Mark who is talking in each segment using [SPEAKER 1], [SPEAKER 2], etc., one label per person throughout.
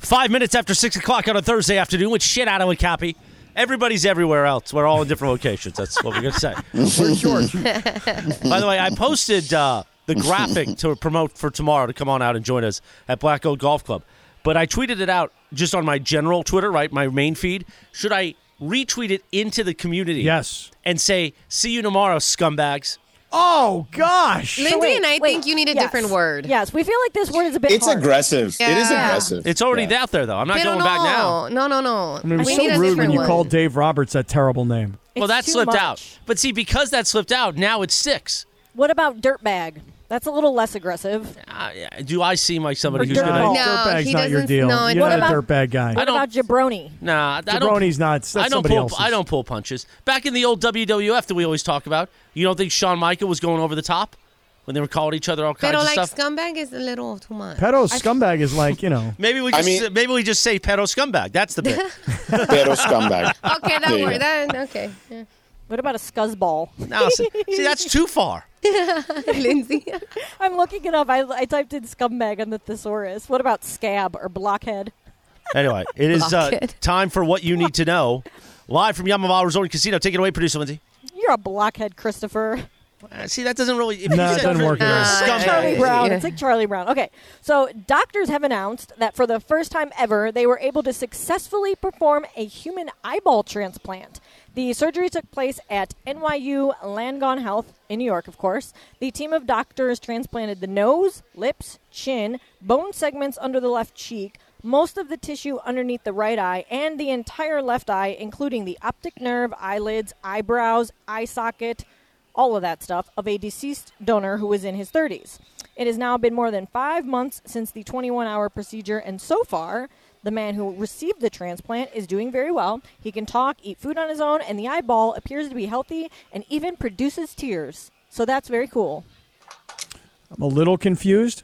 [SPEAKER 1] Five minutes after six o'clock on a Thursday afternoon with shit out of a copy. Everybody's everywhere else. We're all in different locations. That's what we're gonna say. We're George. By the way, I posted uh, the graphic to promote for tomorrow to come on out and join us at Black Gold Golf Club. But I tweeted it out just on my general Twitter, right? My main feed. Should I retweet it into the community?
[SPEAKER 2] Yes.
[SPEAKER 1] And say, "See you tomorrow, scumbags."
[SPEAKER 2] Oh gosh.
[SPEAKER 3] Lindsay
[SPEAKER 4] Wait,
[SPEAKER 3] and I
[SPEAKER 4] wait,
[SPEAKER 3] think you need a
[SPEAKER 4] yes.
[SPEAKER 3] different word.
[SPEAKER 4] Yes, we feel like this word is a bit.
[SPEAKER 5] It's
[SPEAKER 4] hard.
[SPEAKER 5] aggressive. It is
[SPEAKER 3] Yeah.
[SPEAKER 5] aggressive.
[SPEAKER 1] It's already
[SPEAKER 5] Yeah.
[SPEAKER 1] out there, though. I'm not
[SPEAKER 3] I don't
[SPEAKER 1] going
[SPEAKER 3] know.
[SPEAKER 1] back now.
[SPEAKER 3] No, no, no.
[SPEAKER 2] I mean, it was
[SPEAKER 3] we
[SPEAKER 2] so
[SPEAKER 3] need a
[SPEAKER 2] rude when
[SPEAKER 3] different
[SPEAKER 2] you
[SPEAKER 3] one.
[SPEAKER 2] called Dave Roberts that terrible name.
[SPEAKER 1] Well,
[SPEAKER 4] It's
[SPEAKER 1] that
[SPEAKER 4] too
[SPEAKER 1] slipped
[SPEAKER 4] much.
[SPEAKER 1] out. But see, because that slipped out, now it's six.
[SPEAKER 4] What about dirtbag? That's a little less aggressive.
[SPEAKER 1] Uh, yeah, do I seem like somebody who's
[SPEAKER 4] Dirt
[SPEAKER 1] gonna?
[SPEAKER 4] ball.
[SPEAKER 3] No,
[SPEAKER 2] dirtbag's
[SPEAKER 3] he
[SPEAKER 2] not your
[SPEAKER 3] doesn't-
[SPEAKER 2] deal.
[SPEAKER 3] no,
[SPEAKER 2] You're
[SPEAKER 4] what
[SPEAKER 2] not a
[SPEAKER 4] about-
[SPEAKER 2] dirtbag guy.
[SPEAKER 1] I
[SPEAKER 4] What
[SPEAKER 1] don't-
[SPEAKER 4] about jabroni?
[SPEAKER 1] Nah, I don't.
[SPEAKER 2] Jabroni's not. That's
[SPEAKER 1] I don't
[SPEAKER 2] somebody
[SPEAKER 1] pull.
[SPEAKER 2] else's.
[SPEAKER 1] I don't pull punches. Back in the old WWF that we always talk about, you don't think Shawn Michael was going over the top when they were calling each other all kinds
[SPEAKER 3] Pero
[SPEAKER 1] of
[SPEAKER 3] like
[SPEAKER 1] stuff?
[SPEAKER 3] scumbag is a little too much.
[SPEAKER 2] Pedo scumbag is like you know.
[SPEAKER 1] maybe we
[SPEAKER 5] I
[SPEAKER 1] just
[SPEAKER 5] mean-
[SPEAKER 1] maybe we just say pedo scumbag. That's the bit.
[SPEAKER 5] Pero scumbag.
[SPEAKER 3] Okay,
[SPEAKER 5] There
[SPEAKER 3] that
[SPEAKER 5] you go.
[SPEAKER 3] word. That, okay. Yeah.
[SPEAKER 4] What about a scuzzball?
[SPEAKER 1] no, see, see, that's too far.
[SPEAKER 3] Lindsay.
[SPEAKER 4] I'm looking it up. I, I typed in scumbag on the thesaurus. What about scab or blockhead?
[SPEAKER 1] Anyway, it is uh,
[SPEAKER 3] Blockhead.
[SPEAKER 1] time for what you need to know. Live from Yamaha Resort and Casino. Take it away, producer Lindsay.
[SPEAKER 4] You're a blockhead, Christopher.
[SPEAKER 1] Uh, see, that doesn't really. If
[SPEAKER 2] No,
[SPEAKER 1] you
[SPEAKER 2] it
[SPEAKER 1] said
[SPEAKER 2] doesn't work at all.
[SPEAKER 4] It's like
[SPEAKER 1] Scumbag.
[SPEAKER 4] Charlie Brown.
[SPEAKER 3] Yeah.
[SPEAKER 4] It's like Charlie Brown. Okay, so doctors have announced that for the first time ever, they were able to successfully perform a human eyeball transplant. The surgery took place at NYU Langone Health in New York, of course. The team of doctors transplanted the nose, lips, chin, bone segments under the left cheek, most of the tissue underneath the right eye, and the entire left eye, including the optic nerve, eyelids, eyebrows, eye socket, all of that stuff, of a deceased donor who was in his 30s. It has now been more than five months since the 21 hour procedure, and so far, the man who received the transplant is doing very well. He can talk, eat food on his own, and the eyeball appears to be healthy and even produces tears. So that's very cool.
[SPEAKER 2] I'm a little confused.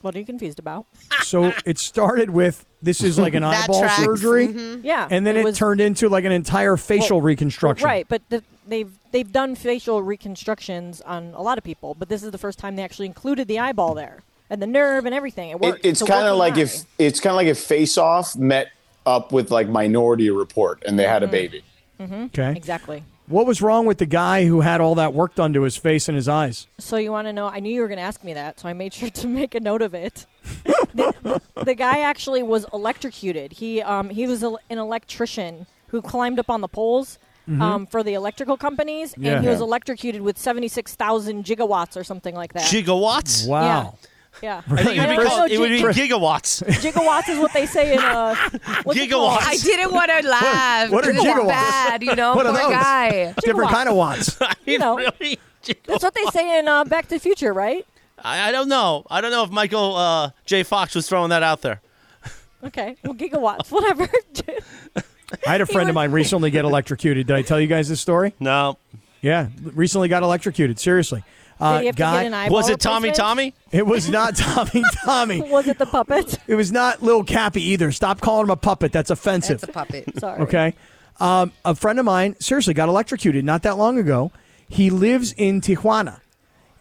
[SPEAKER 4] What are you confused about?
[SPEAKER 2] So it started with this is like an
[SPEAKER 3] That
[SPEAKER 2] eyeball
[SPEAKER 3] tracks. Mm-hmm.
[SPEAKER 2] surgery,
[SPEAKER 4] Yeah.
[SPEAKER 2] and then it,
[SPEAKER 4] was-
[SPEAKER 2] turned into like an entire facial
[SPEAKER 4] Well,
[SPEAKER 2] reconstruction.
[SPEAKER 4] Right, but the, they've they've done facial reconstructions on a lot of people, but this is the first time they actually included the eyeball there and the nerve and everything. It
[SPEAKER 5] It,
[SPEAKER 4] worked.
[SPEAKER 5] it's
[SPEAKER 4] a
[SPEAKER 5] kind of
[SPEAKER 4] working
[SPEAKER 5] like
[SPEAKER 4] eye.
[SPEAKER 5] if it's kind of like if Face Off met up with like Minority Report and they had a baby.
[SPEAKER 2] Okay.
[SPEAKER 4] exactly.
[SPEAKER 2] What was wrong with the guy who had all that work done to his face and his eyes?
[SPEAKER 4] So you want to know? I knew you were going to ask me that, so I made sure to make a note of it. the, the guy actually was electrocuted. He um, he was a, an electrician who climbed up on the poles
[SPEAKER 1] Mm-hmm.
[SPEAKER 4] um, for the electrical companies,
[SPEAKER 2] Yeah.
[SPEAKER 4] and he was
[SPEAKER 2] Yeah.
[SPEAKER 4] electrocuted with seventy six thousand gigawatts or something like that.
[SPEAKER 1] Gigawatts.
[SPEAKER 2] Wow.
[SPEAKER 4] yeah,
[SPEAKER 1] I think it would be,
[SPEAKER 4] I don't
[SPEAKER 1] called,
[SPEAKER 4] know,
[SPEAKER 1] it would be
[SPEAKER 4] gi-
[SPEAKER 1] gigawatts.
[SPEAKER 4] gigawatts is what they say in uh, what's it called?
[SPEAKER 1] Gigawatts.
[SPEAKER 3] I didn't want to laugh.
[SPEAKER 2] what are
[SPEAKER 3] because it's
[SPEAKER 2] gigawatts?
[SPEAKER 3] Bad, you know,
[SPEAKER 2] What
[SPEAKER 3] poor
[SPEAKER 2] are those?
[SPEAKER 3] guy.
[SPEAKER 2] Different
[SPEAKER 4] Gigawatts.
[SPEAKER 2] kind of watts.
[SPEAKER 4] You know.
[SPEAKER 1] Really?
[SPEAKER 4] That's what they say in uh, Back to the Future, right?
[SPEAKER 1] I, I don't know. I don't know if Michael uh, J. Fox was throwing that out there.
[SPEAKER 4] Okay, well, gigawatts,
[SPEAKER 2] Uh,
[SPEAKER 4] whatever.
[SPEAKER 2] I had a friend of mine recently get electrocuted. Did I tell you guys this story?
[SPEAKER 1] No.
[SPEAKER 2] Yeah, recently got electrocuted. Seriously. Uh,
[SPEAKER 4] Did he have
[SPEAKER 2] guy,
[SPEAKER 4] to get an eyeball
[SPEAKER 1] Was it Tommy
[SPEAKER 4] replacement?
[SPEAKER 1] Tommy?
[SPEAKER 2] it was not Tommy Tommy.
[SPEAKER 4] Was it the puppet?
[SPEAKER 2] It was not Lil Cappy either. Stop calling him a puppet. That's offensive.
[SPEAKER 3] It's a puppet.
[SPEAKER 4] Sorry.
[SPEAKER 2] Okay. Um, a friend of mine seriously got electrocuted not that long ago. He lives in Tijuana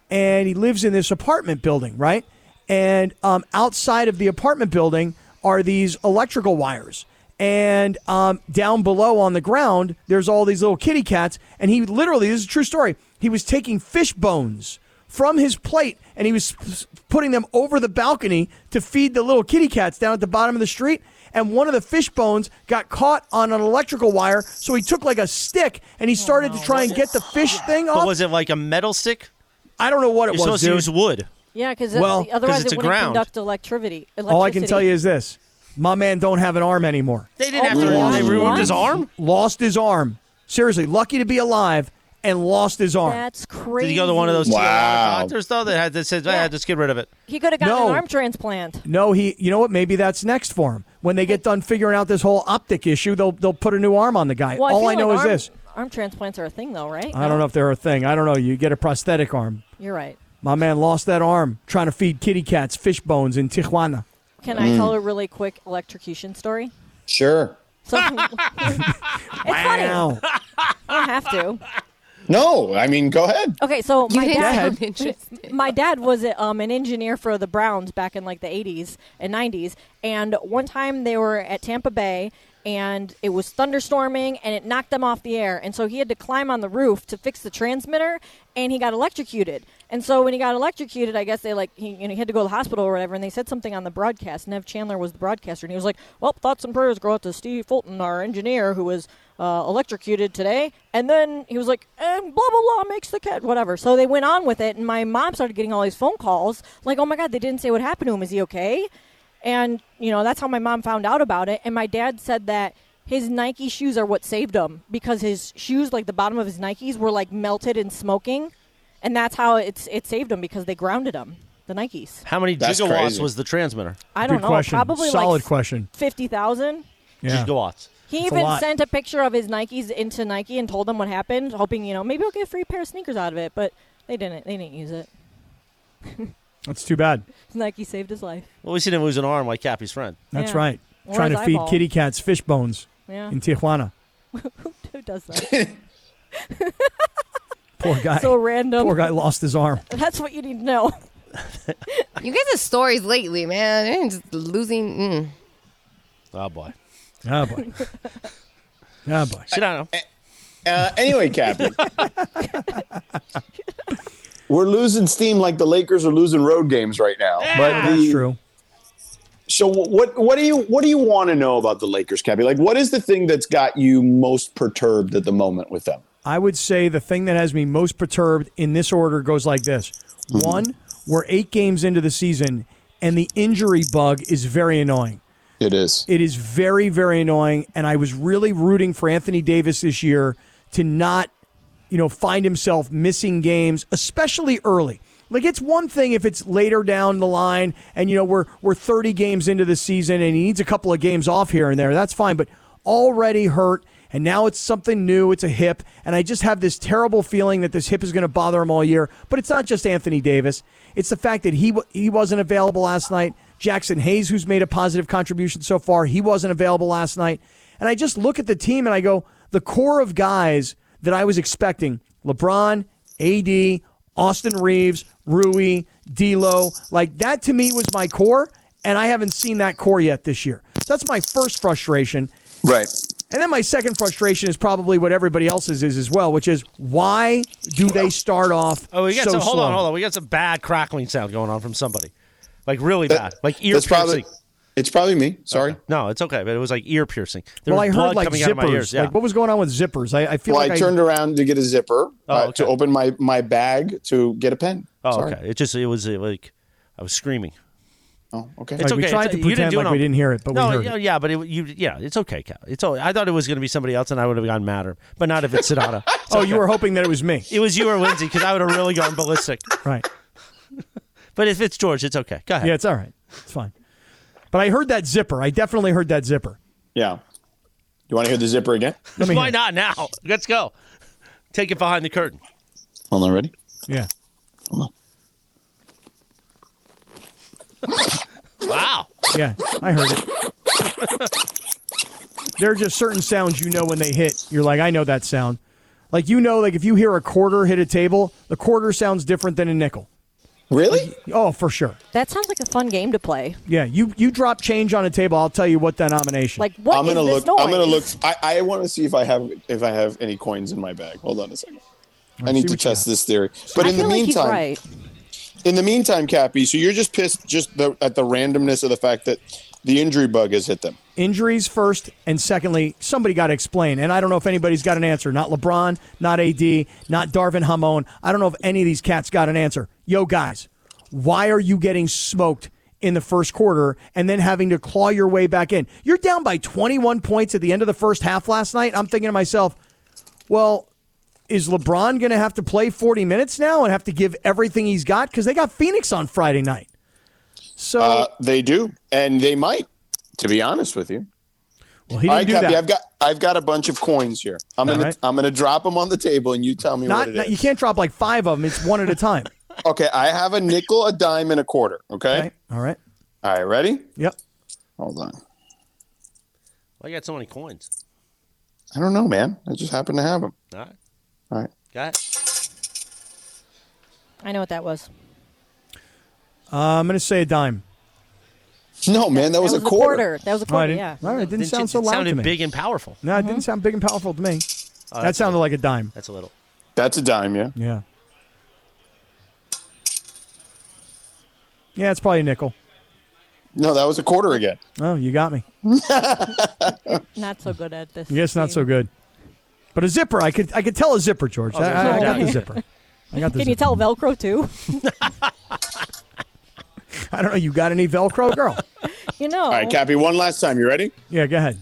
[SPEAKER 2] and he lives in this apartment building, right? And um, outside of the apartment building are these electrical wires. And um, down below on the ground, there's all these little kitty cats. And he literally, this is a true story, he was taking fish bones from his plate and he was s- putting them over the balcony to feed the little kitty cats down at the bottom of the street. And one of the fish bones got caught on an electrical wire. So he took like a stick and he started to try and get the fish thing
[SPEAKER 1] But
[SPEAKER 2] off.
[SPEAKER 1] was it like a metal stick?
[SPEAKER 2] I don't know what it
[SPEAKER 1] You're
[SPEAKER 2] was.
[SPEAKER 1] supposed to
[SPEAKER 2] dude.
[SPEAKER 1] use wood.
[SPEAKER 4] Yeah, because
[SPEAKER 2] Well,
[SPEAKER 4] otherwise
[SPEAKER 1] 'cause it's
[SPEAKER 4] it
[SPEAKER 1] a
[SPEAKER 4] wouldn't
[SPEAKER 1] ground.
[SPEAKER 4] conduct electricity.
[SPEAKER 2] All I can tell you is this: my man don't have an arm anymore.
[SPEAKER 1] They didn't
[SPEAKER 4] Oh,
[SPEAKER 1] have to.
[SPEAKER 4] really?
[SPEAKER 1] They ruined his
[SPEAKER 4] What?
[SPEAKER 1] arm.
[SPEAKER 2] Lost his arm. Seriously, lucky to be alive. and lost his arm.
[SPEAKER 4] That's crazy.
[SPEAKER 1] Did he go to one of those TLR
[SPEAKER 5] Wow.
[SPEAKER 1] doctors though that had that said,
[SPEAKER 4] Yeah.
[SPEAKER 1] "Yeah, just get rid of it."
[SPEAKER 4] He could have gotten
[SPEAKER 2] No.
[SPEAKER 4] an arm transplant.
[SPEAKER 2] no, he. You know what? Maybe that's next for him. When they get done figuring out this whole optic issue, they'll they'll put a new arm on the guy.
[SPEAKER 4] Well,
[SPEAKER 2] All
[SPEAKER 4] feel
[SPEAKER 2] I know
[SPEAKER 4] like
[SPEAKER 2] is
[SPEAKER 4] arm,
[SPEAKER 2] this.
[SPEAKER 4] Arm transplants are a thing, though, right?
[SPEAKER 2] I don't know if they're a thing. I don't know. You get a prosthetic arm.
[SPEAKER 4] You're right.
[SPEAKER 2] My man lost that arm trying to feed kitty cats fish bones in Tijuana.
[SPEAKER 4] Can
[SPEAKER 1] Mm.
[SPEAKER 4] I tell a really quick electrocution story?
[SPEAKER 5] Sure.
[SPEAKER 4] So it's funny. I
[SPEAKER 2] Ow.
[SPEAKER 4] don't have to.
[SPEAKER 5] No, I mean, go ahead.
[SPEAKER 4] Okay, so
[SPEAKER 3] You
[SPEAKER 4] my
[SPEAKER 3] didn't
[SPEAKER 4] dad,
[SPEAKER 3] sound interested.
[SPEAKER 4] my dad was um, an engineer for the Browns back in like the 80s and 90s, and one time they were at Tampa Bay. And it was thunderstorming, and it knocked them off the air. And so he had to climb on the roof to fix the transmitter, and he got electrocuted. And so when he got electrocuted, I guess they like he, you know, he had to go to the hospital or whatever. And they said something on the broadcast. Nev Chandler was the broadcaster, and he was like, "Well, thoughts and prayers go out to Steve Fulton, our engineer, who was uh, electrocuted today. And then he was like, and blah, blah, blah, makes the cat, whatever. So they went on with it, and my mom started getting all these phone calls like, oh my God, they didn't say what happened to him. Is he okay? And, you know, that's how my mom found out about it. And my dad said that his Nike shoes are what saved him because his shoes, like the bottom of his Nikes, were like melted and smoking. And that's how it's, it saved him because they grounded him, the Nikes.
[SPEAKER 1] How many
[SPEAKER 5] That's
[SPEAKER 1] gigawatts
[SPEAKER 5] crazy.
[SPEAKER 1] was the transmitter?
[SPEAKER 4] I
[SPEAKER 2] Good
[SPEAKER 4] don't know.
[SPEAKER 2] question.
[SPEAKER 4] Probably
[SPEAKER 2] Solid
[SPEAKER 4] like
[SPEAKER 2] question.
[SPEAKER 4] 50,000.
[SPEAKER 2] Yeah.
[SPEAKER 1] Gigawatts.
[SPEAKER 4] He
[SPEAKER 2] That's a
[SPEAKER 4] even
[SPEAKER 2] lot.
[SPEAKER 4] sent a picture of his Nikes into Nike and told them what happened, hoping you know maybe I'll get a free pair of sneakers out of it. But they didn't. They didn't use it.
[SPEAKER 2] That's too bad.
[SPEAKER 4] Nike saved his life.
[SPEAKER 1] Well, we seen him lose an arm like Cappy's friend.
[SPEAKER 2] That's
[SPEAKER 4] Yeah.
[SPEAKER 2] right.
[SPEAKER 4] Or
[SPEAKER 2] Trying
[SPEAKER 4] his
[SPEAKER 2] to feed
[SPEAKER 4] eyeball.
[SPEAKER 2] kitty cats fish bones
[SPEAKER 4] Yeah,
[SPEAKER 2] in Tijuana.
[SPEAKER 4] who does that?
[SPEAKER 2] Poor guy.
[SPEAKER 4] so random.
[SPEAKER 2] Poor guy lost his arm.
[SPEAKER 4] That's what you need to know.
[SPEAKER 3] You guys have stories lately, man. They're just losing. Mm.
[SPEAKER 1] Oh boy.
[SPEAKER 2] Oh boy. Oh boy.
[SPEAKER 1] Sit down.
[SPEAKER 5] Uh, anyway, Captain. We're losing steam like the Lakers are losing road games right now. but the,
[SPEAKER 2] That's true.
[SPEAKER 5] So what what do you what do you want to know about the Lakers, Cappy? Like, what is the thing that's got you most perturbed at the moment with them?
[SPEAKER 2] I would say the thing that has me most perturbed in this order goes like this. One, we're eight games into the season, and the injury bug is very annoying.
[SPEAKER 5] It is.
[SPEAKER 2] It is very, very annoying. And I was really rooting for Anthony Davis this year to not, you know, find himself missing games, especially early. Like it's one thing if it's later down the line and you know we're we're 30 games into the season and he needs a couple of games off here and there. That's fine, but already hurt and now it's something new, it's a hip, and I just have this terrible feeling that this hip is going to bother him all year. But it's not just Anthony Davis. It's the fact that he wa- he wasn't available last night. Jackson Hayes, who's made a positive contribution so far, he wasn't available last night. And I just look at the team and I go, the core of guys that I was expecting LeBron, AD, Austin Reeves, Rui, D'Lo, like that to me was my core. And I haven't seen that core yet this year. So that's my first frustration.
[SPEAKER 5] Right.
[SPEAKER 2] And then my second frustration is probably what everybody else's is as well, which is why do they start off?
[SPEAKER 1] Oh, we got
[SPEAKER 2] so
[SPEAKER 1] some. Hold
[SPEAKER 2] slow?
[SPEAKER 1] on, hold on. We got some bad crackling sound going on from somebody, like really bad, like ear
[SPEAKER 5] That's probably
[SPEAKER 1] piercing.
[SPEAKER 5] it's probably me. Sorry.
[SPEAKER 1] No, it's okay, but it was like ear piercing. There
[SPEAKER 2] Well, I
[SPEAKER 1] was
[SPEAKER 2] heard
[SPEAKER 1] blood
[SPEAKER 2] like
[SPEAKER 1] coming out of my
[SPEAKER 2] zippers.
[SPEAKER 1] ears. Yeah.
[SPEAKER 2] Like what was going on with zippers? I, I feel
[SPEAKER 5] Well,
[SPEAKER 2] like
[SPEAKER 5] I turned around to get a zipper uh,
[SPEAKER 1] okay.
[SPEAKER 5] to open my my bag to get a pen.
[SPEAKER 1] oh,
[SPEAKER 5] Sorry.
[SPEAKER 1] okay. It just it was uh, like I was screaming.
[SPEAKER 5] Oh, okay.
[SPEAKER 1] It's
[SPEAKER 2] Like, we
[SPEAKER 1] okay.
[SPEAKER 2] tried
[SPEAKER 1] It's-
[SPEAKER 2] to
[SPEAKER 1] you didn't
[SPEAKER 2] pretend
[SPEAKER 1] do it
[SPEAKER 2] like we
[SPEAKER 1] on-
[SPEAKER 2] didn't hear it, but we
[SPEAKER 1] no,
[SPEAKER 2] heard
[SPEAKER 1] yeah,
[SPEAKER 2] it.
[SPEAKER 1] yeah, but it, you, yeah, it's okay, Cal. It's all. I thought it was going to be somebody else, and I would have gone madder, but not if it's Sonata.
[SPEAKER 2] Oh, you were hoping that it was me,
[SPEAKER 1] it was you or Lindsay, because I would have really gone ballistic.
[SPEAKER 2] right?
[SPEAKER 1] But if it's George, it's okay. Go ahead.
[SPEAKER 2] Yeah, it's all right. It's fine. But I heard that zipper. I definitely heard that zipper.
[SPEAKER 5] Yeah. You want to hear the zipper again?
[SPEAKER 2] Let me
[SPEAKER 1] Why
[SPEAKER 2] hear it.
[SPEAKER 1] not now? Let's go. Take it behind the curtain.
[SPEAKER 5] Hold on, ready?
[SPEAKER 2] Yeah.
[SPEAKER 1] Wow.
[SPEAKER 2] Yeah, I heard it. there are just certain sounds you know when they hit. You're like, I know that sound. Like you know, like if you hear a quarter hit a table, the quarter sounds different than a nickel.
[SPEAKER 5] Really?
[SPEAKER 2] Oh, for sure.
[SPEAKER 4] That sounds like a fun game to play.
[SPEAKER 2] Yeah, you you drop change on a table, I'll tell you what denomination.
[SPEAKER 4] Like what
[SPEAKER 5] I'm
[SPEAKER 4] is
[SPEAKER 5] gonna
[SPEAKER 4] this
[SPEAKER 5] look. I'm gonna
[SPEAKER 4] noise?
[SPEAKER 5] look. I, I want to see if I have if I have any coins in my bag. Hold on a second. I need
[SPEAKER 2] see
[SPEAKER 5] to
[SPEAKER 2] what you
[SPEAKER 5] test this theory. But
[SPEAKER 4] I
[SPEAKER 5] in
[SPEAKER 4] feel
[SPEAKER 5] the
[SPEAKER 4] like he's
[SPEAKER 5] meantime,
[SPEAKER 4] right.
[SPEAKER 5] in the meantime, Cappy, so you're just pissed just the, at the randomness of the fact that the injury bug has hit them.
[SPEAKER 2] Injuries first, and secondly, somebody got to explain. And I don't know if anybody's got an answer. Not LeBron, not AD, not Darvin Hamon. I don't know if any of these cats got an answer. Yo, guys, why are you getting smoked in the first quarter and then having to claw your way back in? You're down by 21 points at the end of the first half last night. I'm thinking to myself, well, is LeBron going to have to play 40 minutes now and have to give everything he's got because they got Phoenix on Friday night. So
[SPEAKER 5] Uh, they do, and they might. To be honest with you,
[SPEAKER 2] well, he
[SPEAKER 5] all
[SPEAKER 2] didn't
[SPEAKER 5] right,
[SPEAKER 2] do
[SPEAKER 5] Cappy,
[SPEAKER 2] that.
[SPEAKER 5] I've got I've got a bunch of coins here. I'm gonna
[SPEAKER 2] right.
[SPEAKER 5] I'm gonna drop them on the table, and you tell me what
[SPEAKER 2] not,
[SPEAKER 5] it
[SPEAKER 2] not-
[SPEAKER 5] is.
[SPEAKER 2] you can't drop like five of them. It's one at a time.
[SPEAKER 5] Okay, I have a nickel, a dime, and a quarter. Okay,
[SPEAKER 2] Okay. All right.
[SPEAKER 5] all right, ready?
[SPEAKER 2] Yep.
[SPEAKER 5] Hold on.
[SPEAKER 1] Why you got so many coins?
[SPEAKER 5] I don't know, man. I just happen to have them.
[SPEAKER 1] All right.
[SPEAKER 5] All right.
[SPEAKER 1] Got it.
[SPEAKER 4] I know what that was.
[SPEAKER 2] Uh, I'm going to say a dime.
[SPEAKER 5] No, man, that was, a quarter.
[SPEAKER 4] That was a
[SPEAKER 2] All right.
[SPEAKER 4] quarter. Oh, yeah.
[SPEAKER 2] All right. It didn't
[SPEAKER 1] Didn't
[SPEAKER 2] sound
[SPEAKER 1] you-
[SPEAKER 2] so
[SPEAKER 1] it
[SPEAKER 2] loud
[SPEAKER 1] sounded
[SPEAKER 2] to me.
[SPEAKER 1] big and powerful.
[SPEAKER 2] No, it didn't sound big and powerful to me. that sounded like a dime.
[SPEAKER 1] That's a little.
[SPEAKER 5] That's a dime, yeah.
[SPEAKER 2] Yeah. Yeah, it's probably a nickel.
[SPEAKER 5] No, that was a quarter again.
[SPEAKER 2] Oh, you got me.
[SPEAKER 4] Not so good at this.
[SPEAKER 2] Yes, not so good. But a zipper, I could I could tell a zipper, George. I, I- I got the zipper. I got the
[SPEAKER 4] Can you
[SPEAKER 2] zipper.
[SPEAKER 4] tell Velcro too?
[SPEAKER 2] I don't know. You got any Velcro, girl?
[SPEAKER 4] You know.
[SPEAKER 5] All right, Cappy, one last time. You ready?
[SPEAKER 2] yeah, go ahead.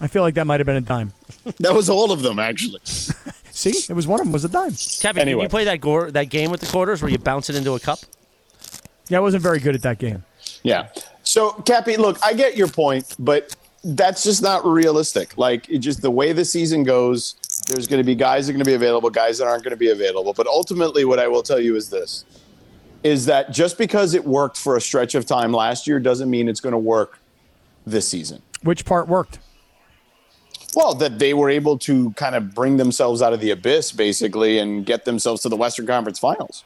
[SPEAKER 2] I feel like that might have been a dime.
[SPEAKER 5] That was all of them, actually.
[SPEAKER 2] See, it was one of them was a dime.
[SPEAKER 1] Kevin,
[SPEAKER 5] Anyway.
[SPEAKER 1] you play that gore, that game with the quarters where you bounce it into a cup?
[SPEAKER 2] Yeah, I wasn't very good at that game.
[SPEAKER 5] Yeah. So, Cappy, look, I get your point, but that's just not realistic. Like, it just the way the season goes, there's going to be guys that are going to be available, guys that aren't going to be available. But ultimately, what I will tell you is this is that just because it worked for a stretch of time last year doesn't mean it's going to work this season.
[SPEAKER 2] Which part worked?
[SPEAKER 5] Well, that they were able to kind of bring themselves out of the abyss, basically, and get themselves to the Western Conference Finals.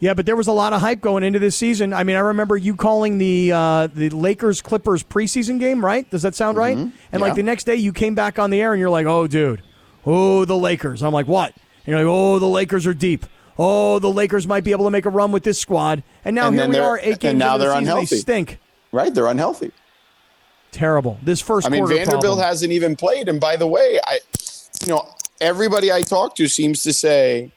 [SPEAKER 2] Yeah, but there was a lot of hype going into this season. I mean, I remember you calling the uh, the Lakers Clippers preseason game, right? Does that sound right? And like
[SPEAKER 5] Mm-hmm. Yeah.
[SPEAKER 2] the next day, you came back on the air and you're like, "Oh, dude, oh the Lakers." I'm like, "What?" And you're like, "Oh, the Lakers are deep. Oh, the Lakers might be able to make a run with this squad." And now
[SPEAKER 5] And
[SPEAKER 2] here
[SPEAKER 5] then
[SPEAKER 2] we
[SPEAKER 5] they're-
[SPEAKER 2] are, eight
[SPEAKER 5] and
[SPEAKER 2] games
[SPEAKER 5] now
[SPEAKER 2] into the
[SPEAKER 5] they're
[SPEAKER 2] season,
[SPEAKER 5] unhealthy.
[SPEAKER 2] They stink.
[SPEAKER 5] Right? They're unhealthy.
[SPEAKER 2] Terrible. This first
[SPEAKER 5] I mean,
[SPEAKER 2] quarter
[SPEAKER 5] Vanderbilt
[SPEAKER 2] problem.
[SPEAKER 5] hasn't even played. And by the way, I, you know, everybody I talk to seems to say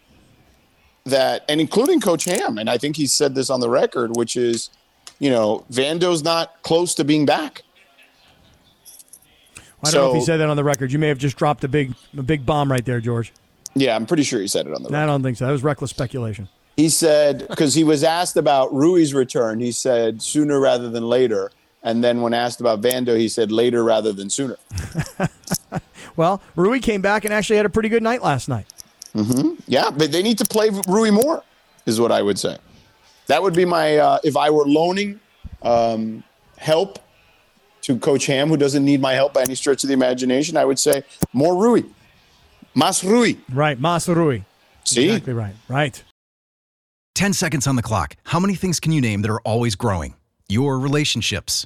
[SPEAKER 5] that, and including Coach Ham, and I think he said this on the record, which is, you know, Vando's not close to being back.
[SPEAKER 2] I don't know if he
[SPEAKER 5] so-
[SPEAKER 2] said that on the record. You may have just dropped a big a big bomb right there, George.
[SPEAKER 5] Yeah, I'm pretty sure he said it on the
[SPEAKER 2] No,
[SPEAKER 5] record.
[SPEAKER 2] I don't think so. That was reckless speculation.
[SPEAKER 5] He said because he was asked about Rui's return, he said sooner rather than later. And then when asked about Vando, he said later rather than sooner.
[SPEAKER 2] Well, Rui came back and actually had a pretty good night last night.
[SPEAKER 5] Yeah, but they need to play Rui more, is what I would say. That would be my uh, if I were loaning um, help to Coach Ham, who doesn't need my help by any stretch of the imagination. I would say more Rui, mas Rui.
[SPEAKER 2] Right, Mas Rui.
[SPEAKER 5] See,
[SPEAKER 2] Exactly right. Right.
[SPEAKER 6] 10 seconds on the clock. How many things can you name that are always growing? Your relationships,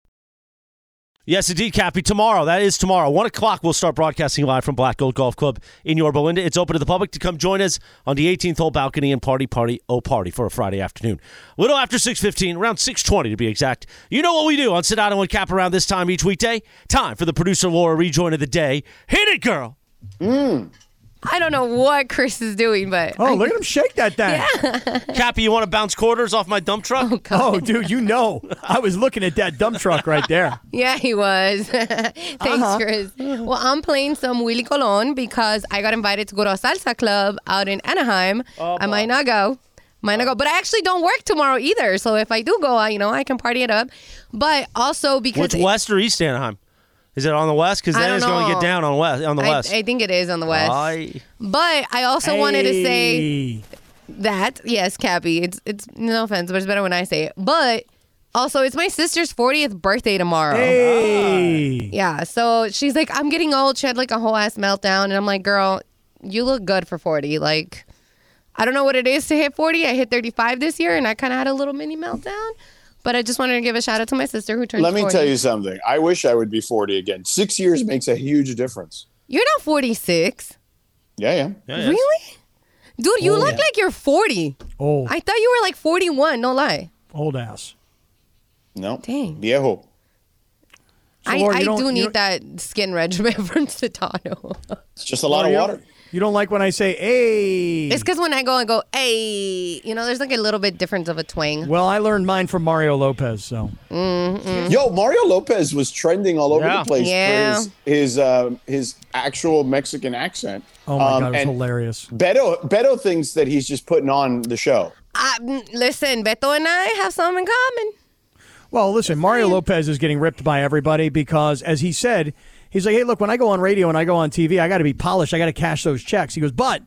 [SPEAKER 1] Yes, indeed, Cappy. Tomorrow, that is tomorrow, 1 o'clock, we'll start broadcasting live from Black Gold Golf Club in Yorba Linda. It's open to the public to come join us on the 18th hole balcony and party, party, oh, party for a Friday afternoon. little after 6.15, around 6.20 to be exact. You know what we do on Sedano and Cap around this time each weekday? Time for the producer Laura rejoin of the day. Hit it, girl!
[SPEAKER 3] I don't know what Chris is doing, but
[SPEAKER 2] Oh, look at him shake that thing.
[SPEAKER 1] Cappy, you want to bounce quarters off my dump truck?
[SPEAKER 2] Oh, dude, you know. I was looking at that dump truck right there.
[SPEAKER 3] Yeah, he was. Thanks, Chris. Well, I'm playing some Willy Colon because I got invited to go to a salsa club out in Anaheim.
[SPEAKER 1] Oh,
[SPEAKER 3] I might not go. Might not go. But I actually don't work tomorrow either. So if I do go, I, you know, I can party it up. But also because
[SPEAKER 1] Which west or east Anaheim? Is it on the west? Because
[SPEAKER 3] I
[SPEAKER 1] then
[SPEAKER 3] don't
[SPEAKER 1] it's going to
[SPEAKER 3] know.
[SPEAKER 1] get down on west on the
[SPEAKER 3] I,
[SPEAKER 1] west.
[SPEAKER 3] I think it is on the west.
[SPEAKER 1] I-
[SPEAKER 3] but I also wanted to say
[SPEAKER 2] Hey.
[SPEAKER 3] that yes, Cappy. It's it's no offense, but it's better when I say it. But also, it's my sister's 40th birthday tomorrow.
[SPEAKER 5] Oh,
[SPEAKER 2] Hey.
[SPEAKER 3] Yeah. So she's like, I'm getting old. She had like a whole ass meltdown. And I'm like, girl, you look good for 40. Like, I don't know what it is to hit 40. I hit 35 this year and I kind of had a little mini meltdown. But I just wanted to give a shout out to my sister who turned
[SPEAKER 5] Let me
[SPEAKER 3] 40.
[SPEAKER 5] tell you something. I wish I would be 40 again. Six years makes a huge difference.
[SPEAKER 3] You're not 46.
[SPEAKER 5] Yeah, yeah.
[SPEAKER 1] Yeah, yeah.
[SPEAKER 3] Really? Dude,
[SPEAKER 5] Oh,
[SPEAKER 3] you look like you're 40.
[SPEAKER 2] Old,
[SPEAKER 3] I thought you were like 41. No lie.
[SPEAKER 2] Oh, old ass.
[SPEAKER 5] No.
[SPEAKER 3] Dang.
[SPEAKER 5] Viejo.
[SPEAKER 3] I,
[SPEAKER 2] Laura,
[SPEAKER 3] I
[SPEAKER 2] you don't-
[SPEAKER 3] do
[SPEAKER 2] you don't-
[SPEAKER 3] need that skin regimen from Citano.
[SPEAKER 5] It's just a lot of
[SPEAKER 2] You don't-
[SPEAKER 5] water.
[SPEAKER 2] You don't like when I say, hey.
[SPEAKER 3] it's because when I go and go, hey, you know, there's like a little bit difference of a twang.
[SPEAKER 2] well, I learned mine from Mario Lopez, so.
[SPEAKER 5] Yo, Mario Lopez was trending all over
[SPEAKER 1] Yeah.
[SPEAKER 5] the place
[SPEAKER 3] Yeah.
[SPEAKER 5] for his his, um his actual Mexican accent.
[SPEAKER 2] Oh, my
[SPEAKER 5] Um,
[SPEAKER 2] God, it was
[SPEAKER 5] and
[SPEAKER 2] hilarious.
[SPEAKER 5] Beto Beto thinks that he's just putting on the show.
[SPEAKER 3] I, mm, listen, Beto and I have something in common.
[SPEAKER 2] Well, listen, Mario Lopez is getting ripped by everybody because, as he said, he's like, hey, look, when I go on radio and I go on TV, I got to be polished. I got to cash those checks. He goes, but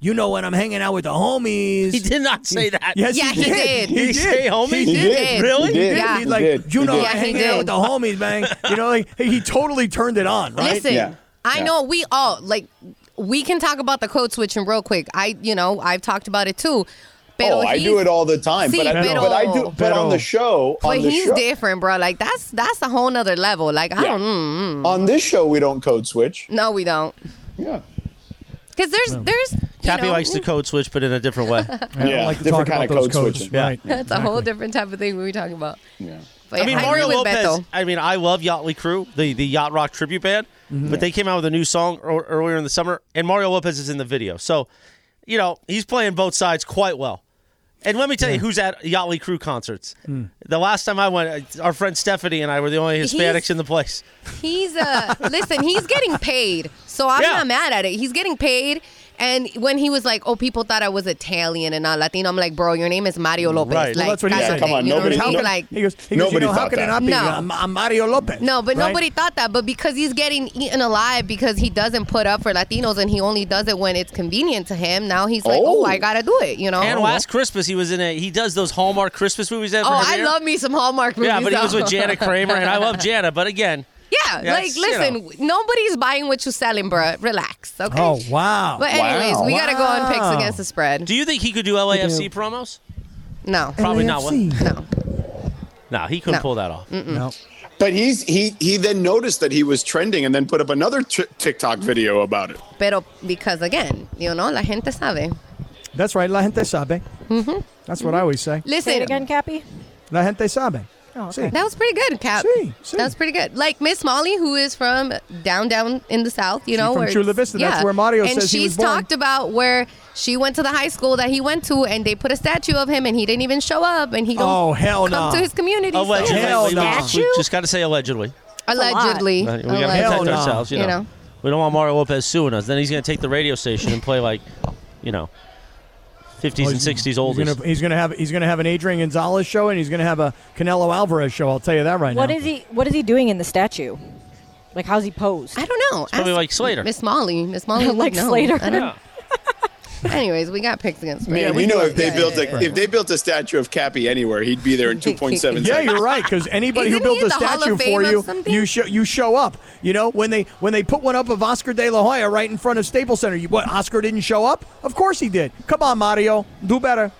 [SPEAKER 2] you know, when I'm hanging out with the homies.
[SPEAKER 1] He did not say that.
[SPEAKER 2] Yes,
[SPEAKER 3] Yeah,
[SPEAKER 2] he
[SPEAKER 3] he
[SPEAKER 2] did.
[SPEAKER 3] did.
[SPEAKER 2] He
[SPEAKER 1] Did he say homie?
[SPEAKER 2] He
[SPEAKER 1] He
[SPEAKER 2] did.
[SPEAKER 3] did.
[SPEAKER 1] Really?
[SPEAKER 5] He did.
[SPEAKER 3] Yeah.
[SPEAKER 5] He
[SPEAKER 2] He's like,
[SPEAKER 5] did.
[SPEAKER 2] you know,
[SPEAKER 3] Yeah,
[SPEAKER 2] I'm
[SPEAKER 3] he
[SPEAKER 2] hanging out
[SPEAKER 3] did.
[SPEAKER 2] with the homies, man. You know, like, he totally turned it on, right?
[SPEAKER 3] Listen,
[SPEAKER 5] Yeah.
[SPEAKER 3] I
[SPEAKER 5] Yeah.
[SPEAKER 3] know we all like. We can talk about the code switching real quick. I, you know, I've talked about it too. Pero
[SPEAKER 5] oh, I
[SPEAKER 3] he's-
[SPEAKER 5] do it all the time.
[SPEAKER 3] See,
[SPEAKER 5] but, I,
[SPEAKER 3] Beto.
[SPEAKER 5] but I do. But on
[SPEAKER 2] Beto.
[SPEAKER 5] the show,
[SPEAKER 3] But
[SPEAKER 5] on the
[SPEAKER 3] he's
[SPEAKER 5] show,
[SPEAKER 3] different, bro. Like that's that's a whole nother level. Like I
[SPEAKER 5] Yeah.
[SPEAKER 3] don't. Mm,
[SPEAKER 5] on this show, we don't code switch.
[SPEAKER 3] no, we don't.
[SPEAKER 5] Yeah,
[SPEAKER 3] Because there's there's. You
[SPEAKER 1] Cappy
[SPEAKER 3] know,
[SPEAKER 1] likes to code switch, but in a different way.
[SPEAKER 2] I don't
[SPEAKER 5] yeah,
[SPEAKER 2] like to
[SPEAKER 5] different
[SPEAKER 2] talk
[SPEAKER 5] kind
[SPEAKER 2] about
[SPEAKER 5] of
[SPEAKER 2] those
[SPEAKER 5] code
[SPEAKER 2] codes.
[SPEAKER 5] switching.
[SPEAKER 2] Right.
[SPEAKER 3] That's a whole different type of thing we were talking about.
[SPEAKER 5] Yeah.
[SPEAKER 3] But
[SPEAKER 1] I mean,
[SPEAKER 3] agree
[SPEAKER 1] Mario
[SPEAKER 3] with
[SPEAKER 1] Lopez.
[SPEAKER 3] Beto.
[SPEAKER 1] I mean, I love Yacht Week Crew, the, the yacht rock tribute band,
[SPEAKER 3] Mm-hmm.
[SPEAKER 1] but they came out with a new song ear- earlier in the summer, and Mario Lopez is in the video. So, you know, he's playing both sides quite well. And let me tell you who's at Yacht Week Crew concerts. The last time I went, uh, our friend Stephanie and I were the only Hispanics
[SPEAKER 3] Hmm. He's-
[SPEAKER 1] in the place.
[SPEAKER 3] He's uh listen, he's getting paid. So I'm
[SPEAKER 1] Yeah.
[SPEAKER 3] not mad at it. He's getting paid. And when he was like, "Oh, people thought I was Italian and not Latino," I'm like, "Bro, your name is Mario Lopez."
[SPEAKER 1] Right.
[SPEAKER 3] Like,
[SPEAKER 2] Well, that's what he
[SPEAKER 3] God
[SPEAKER 5] Yeah,
[SPEAKER 2] said.
[SPEAKER 5] come on,
[SPEAKER 3] you know what I
[SPEAKER 5] nobody-
[SPEAKER 3] mean?
[SPEAKER 5] no-
[SPEAKER 3] like,
[SPEAKER 2] He goes, he goes you
[SPEAKER 5] Nobody
[SPEAKER 2] know, how
[SPEAKER 5] thought
[SPEAKER 2] can it not
[SPEAKER 5] that.
[SPEAKER 2] be?
[SPEAKER 3] No.
[SPEAKER 2] I'm, I'm Mario Lopez.
[SPEAKER 3] no, but
[SPEAKER 2] right?
[SPEAKER 3] nobody thought that. But because he's getting eaten alive because he doesn't put up for Latinos and he only does it when it's convenient to him. Now he's like, "Oh,
[SPEAKER 5] Oh.
[SPEAKER 3] I gotta do it," you know.
[SPEAKER 1] And last Christmas, he was in a, he does those Hallmark Christmas movies every
[SPEAKER 3] oh, I
[SPEAKER 1] year.
[SPEAKER 3] love me some Hallmark movies.
[SPEAKER 1] Yeah, but he was
[SPEAKER 3] though.
[SPEAKER 1] with Jana Kramer, and I love Jana, but again,
[SPEAKER 3] yeah,
[SPEAKER 1] Yeah,
[SPEAKER 3] like
[SPEAKER 1] it's, you
[SPEAKER 3] listen,
[SPEAKER 1] know.
[SPEAKER 3] nobody's buying what you're selling, bruh. Relax, okay?
[SPEAKER 2] Oh, wow.
[SPEAKER 3] But anyways, we gotta go on picks
[SPEAKER 2] Wow.
[SPEAKER 3] against the spread.
[SPEAKER 1] do you think he could do LAFC promos?
[SPEAKER 3] no,
[SPEAKER 1] Probably not.
[SPEAKER 2] LAFC.
[SPEAKER 1] What?
[SPEAKER 3] no.
[SPEAKER 1] No, he couldn't
[SPEAKER 3] No.
[SPEAKER 1] pull that off.
[SPEAKER 2] No.
[SPEAKER 5] But he's he he then noticed that he was trending and then put up another t- TikTok video about it.
[SPEAKER 3] Pero because again, you know, la gente sabe.
[SPEAKER 2] That's right. La gente sabe.
[SPEAKER 3] Mm-hmm.
[SPEAKER 2] That's what I always say.
[SPEAKER 4] Say
[SPEAKER 3] Listen,
[SPEAKER 4] it again, Cappy.
[SPEAKER 2] La gente sabe.
[SPEAKER 4] Oh,
[SPEAKER 2] See.
[SPEAKER 4] okay.
[SPEAKER 3] that was pretty good, Cap.
[SPEAKER 2] Sí, sí.
[SPEAKER 3] That was pretty good. Like Miss Molly, who is from down, down in the south, you know,
[SPEAKER 2] from
[SPEAKER 3] where
[SPEAKER 2] Chula
[SPEAKER 3] it's-
[SPEAKER 2] Vista. That's where Mario
[SPEAKER 3] and
[SPEAKER 2] says he was
[SPEAKER 3] she's
[SPEAKER 2] born.
[SPEAKER 3] talked about where she went to the high school that he went to, and they put a statue of him, and he didn't even show up, and he don't
[SPEAKER 2] Oh, hell
[SPEAKER 3] come
[SPEAKER 2] no.
[SPEAKER 3] to his community. so-
[SPEAKER 1] Allegedly.
[SPEAKER 2] Hell
[SPEAKER 1] We-
[SPEAKER 2] no.
[SPEAKER 1] we just got to say allegedly.
[SPEAKER 3] allegedly,
[SPEAKER 1] We got to protect
[SPEAKER 2] Hell
[SPEAKER 3] allegedly.
[SPEAKER 2] no.
[SPEAKER 1] ourselves. You know.
[SPEAKER 3] You know.
[SPEAKER 1] we don't want Mario Lopez suing us. Then he's going to take the radio station and play like, you know, fifties and sixties
[SPEAKER 2] He's
[SPEAKER 1] oldies.
[SPEAKER 2] gonna, he's gonna have he's gonna have an Adrian Gonzalez show and he's gonna have a Canelo Alvarez show. I'll tell you that right
[SPEAKER 4] What
[SPEAKER 2] now.
[SPEAKER 4] is he? What is he doing in the statue? Like, how's he posed?
[SPEAKER 3] I don't know.
[SPEAKER 1] probably
[SPEAKER 3] Ask
[SPEAKER 1] like Slater.
[SPEAKER 3] Miss Molly. Miss Molly. would
[SPEAKER 4] Like
[SPEAKER 3] know.
[SPEAKER 4] Slater.
[SPEAKER 3] I don't- Anyways, we got picks against.
[SPEAKER 5] Man,
[SPEAKER 3] spread.
[SPEAKER 5] you know if they
[SPEAKER 3] Yeah,
[SPEAKER 5] built
[SPEAKER 3] yeah,
[SPEAKER 5] a
[SPEAKER 3] yeah.
[SPEAKER 5] if they built a statue of Cappy anywhere, he'd be there in two point seven
[SPEAKER 2] Yeah,
[SPEAKER 5] seconds.
[SPEAKER 2] you're right. Because anybody who
[SPEAKER 3] Isn't
[SPEAKER 2] built
[SPEAKER 3] he
[SPEAKER 2] a
[SPEAKER 3] the Hall of
[SPEAKER 2] statue
[SPEAKER 3] Fame
[SPEAKER 2] for
[SPEAKER 3] of
[SPEAKER 2] you,
[SPEAKER 3] something?
[SPEAKER 2] you show you show up. You know when they when they put one up of Oscar De La Hoya right in front of Staples Center. You, what Oscar didn't show up? Of course he did. Come on, Mario, do better.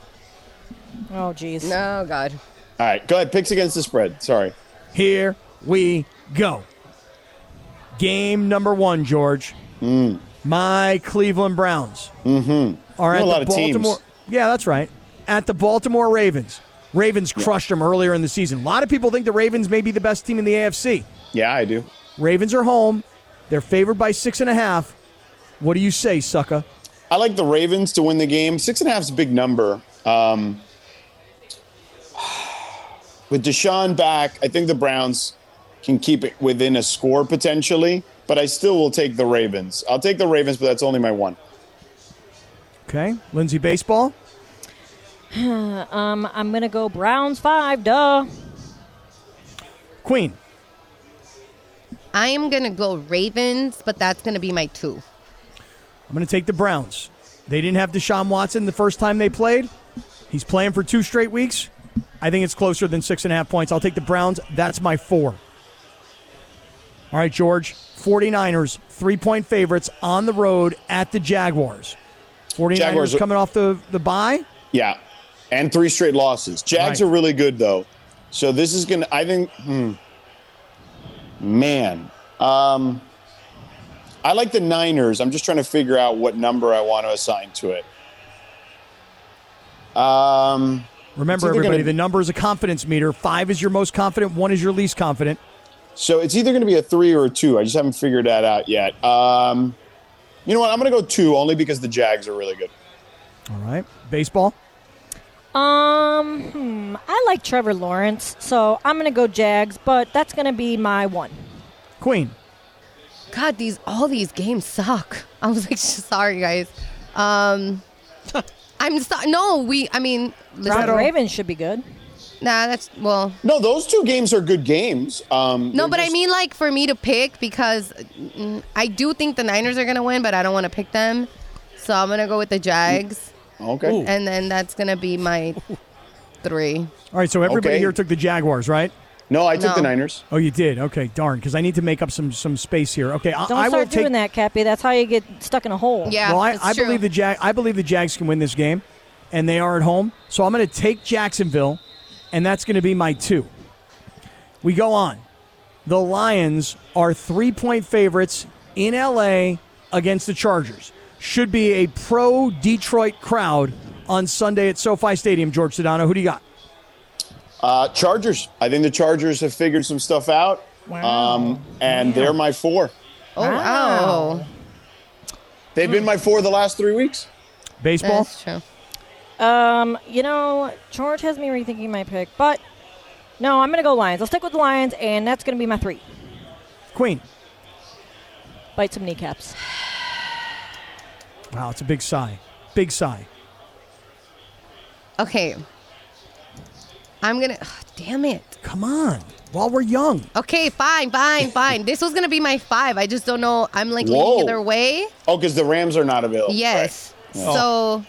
[SPEAKER 4] Oh, jeez.
[SPEAKER 3] No, God.
[SPEAKER 5] All right, go ahead. Picks against the spread. Sorry.
[SPEAKER 2] Here we go. Game number one, George.
[SPEAKER 5] Hmm.
[SPEAKER 2] My Cleveland Browns are
[SPEAKER 5] Know
[SPEAKER 2] at
[SPEAKER 5] Mm-hmm. a
[SPEAKER 2] the
[SPEAKER 5] lot of teams.
[SPEAKER 2] Baltimore. Yeah, that's right. At the Baltimore Ravens. Ravens crushed them earlier in the season. A lot of people think the Ravens may be the best team in the AFC.
[SPEAKER 5] Yeah, I do.
[SPEAKER 2] Ravens are home. They're favored by six and a half. What do you say, sucker?
[SPEAKER 5] I like the Ravens to win the game. Six and a half is a big number. Um, with Deshaun back, I think the Browns can keep it within a score potentially, but I still will take the Ravens. I'll take the Ravens, but that's only my one.
[SPEAKER 2] Okay, Lindsay baseball.
[SPEAKER 4] Um, I'm gonna go Browns five. Duh.
[SPEAKER 2] Queen.
[SPEAKER 3] I am gonna go Ravens, but that's gonna be my two.
[SPEAKER 2] I'm going to take the Browns. They didn't have Deshaun Watson the first time they played. He's playing for two straight weeks. I think it's closer than six and a half points. I'll take the Browns. That's my four. All right, George. 49ers, three point favorites on the road at the Jaguars. 49ers
[SPEAKER 5] Jaguars are-
[SPEAKER 2] coming off the, the bye.
[SPEAKER 5] Yeah, and three straight losses. Jags
[SPEAKER 2] Right.
[SPEAKER 5] are really good though, so this is gonna. I think. Hmm, man, um, I like the Niners. I'm just trying to figure out what number I want to assign to it. Um,
[SPEAKER 2] Remember,
[SPEAKER 5] So they're
[SPEAKER 2] everybody,
[SPEAKER 5] gonna-
[SPEAKER 2] the number is a confidence meter. Five is your most confident, one is your least confident.
[SPEAKER 5] so it's either gonna be a three or a two. I just haven't figured that out yet. Um, you know what? I'm gonna go two only because the Jags are really good.
[SPEAKER 2] All right, baseball.
[SPEAKER 4] Um, hmm, I like Trevor Lawrence, so I'm gonna go Jags, but that's gonna be my one.
[SPEAKER 2] Queen.
[SPEAKER 3] God, these all these games suck. I was like, sorry guys. Um, I'm sorry. No, we. I mean, listen,
[SPEAKER 4] Browns Ravens should be good.
[SPEAKER 3] nah, that's well.
[SPEAKER 5] No, those two games are good games. Um,
[SPEAKER 3] No,
[SPEAKER 5] they're
[SPEAKER 3] but I
[SPEAKER 5] just-
[SPEAKER 3] mean, like for me to pick because mm, I do think the Niners are gonna win, but I don't want to pick them, so I'm gonna go with the Jags,
[SPEAKER 5] okay.
[SPEAKER 3] and then that's gonna be my three.
[SPEAKER 2] All right, so everybody
[SPEAKER 5] Okay.
[SPEAKER 2] here took the Jaguars, right?
[SPEAKER 5] No, I took
[SPEAKER 3] No.
[SPEAKER 5] the Niners.
[SPEAKER 2] Oh, you did. Okay, darn, because I need to make up some some space here. Okay, I,
[SPEAKER 4] Don't
[SPEAKER 2] I will
[SPEAKER 4] start
[SPEAKER 2] take
[SPEAKER 4] doing that, Cappy. That's how you get stuck in a hole.
[SPEAKER 3] Yeah,
[SPEAKER 2] well, I,
[SPEAKER 3] that's
[SPEAKER 2] I
[SPEAKER 3] true.
[SPEAKER 2] believe the Jag- I believe the Jags can win this game, and they are at home. So I'm going to take Jacksonville, and that's going to be my two. We go on. The Lions are three point favorites in LA against the Chargers. Should be a pro Detroit crowd on Sunday at SoFi Stadium. George Sedano, who do you got?
[SPEAKER 5] Uh, Chargers. I think the Chargers have figured some stuff out. Um, and they're my four.
[SPEAKER 3] oh, wow.
[SPEAKER 5] They've
[SPEAKER 3] Hmm.
[SPEAKER 5] been my four the last three weeks.
[SPEAKER 2] Baseball.
[SPEAKER 3] that's true.
[SPEAKER 4] Um, you know, George has me rethinking my pick, but no, I'm gonna go Lions. I'll stick with the Lions, and that's gonna be my three.
[SPEAKER 2] Queen.
[SPEAKER 4] Bite some kneecaps.
[SPEAKER 2] Wow, it's a big sigh. Big sigh.
[SPEAKER 3] Okay, I'm gonna. ugh, damn it.
[SPEAKER 2] Come on. While we're young.
[SPEAKER 3] Okay, fine, fine, fine. this was gonna be my five. I just don't know. I'm like
[SPEAKER 5] Whoa.
[SPEAKER 3] leaning either way.
[SPEAKER 5] Oh, because the Rams are not available.
[SPEAKER 3] Yes. So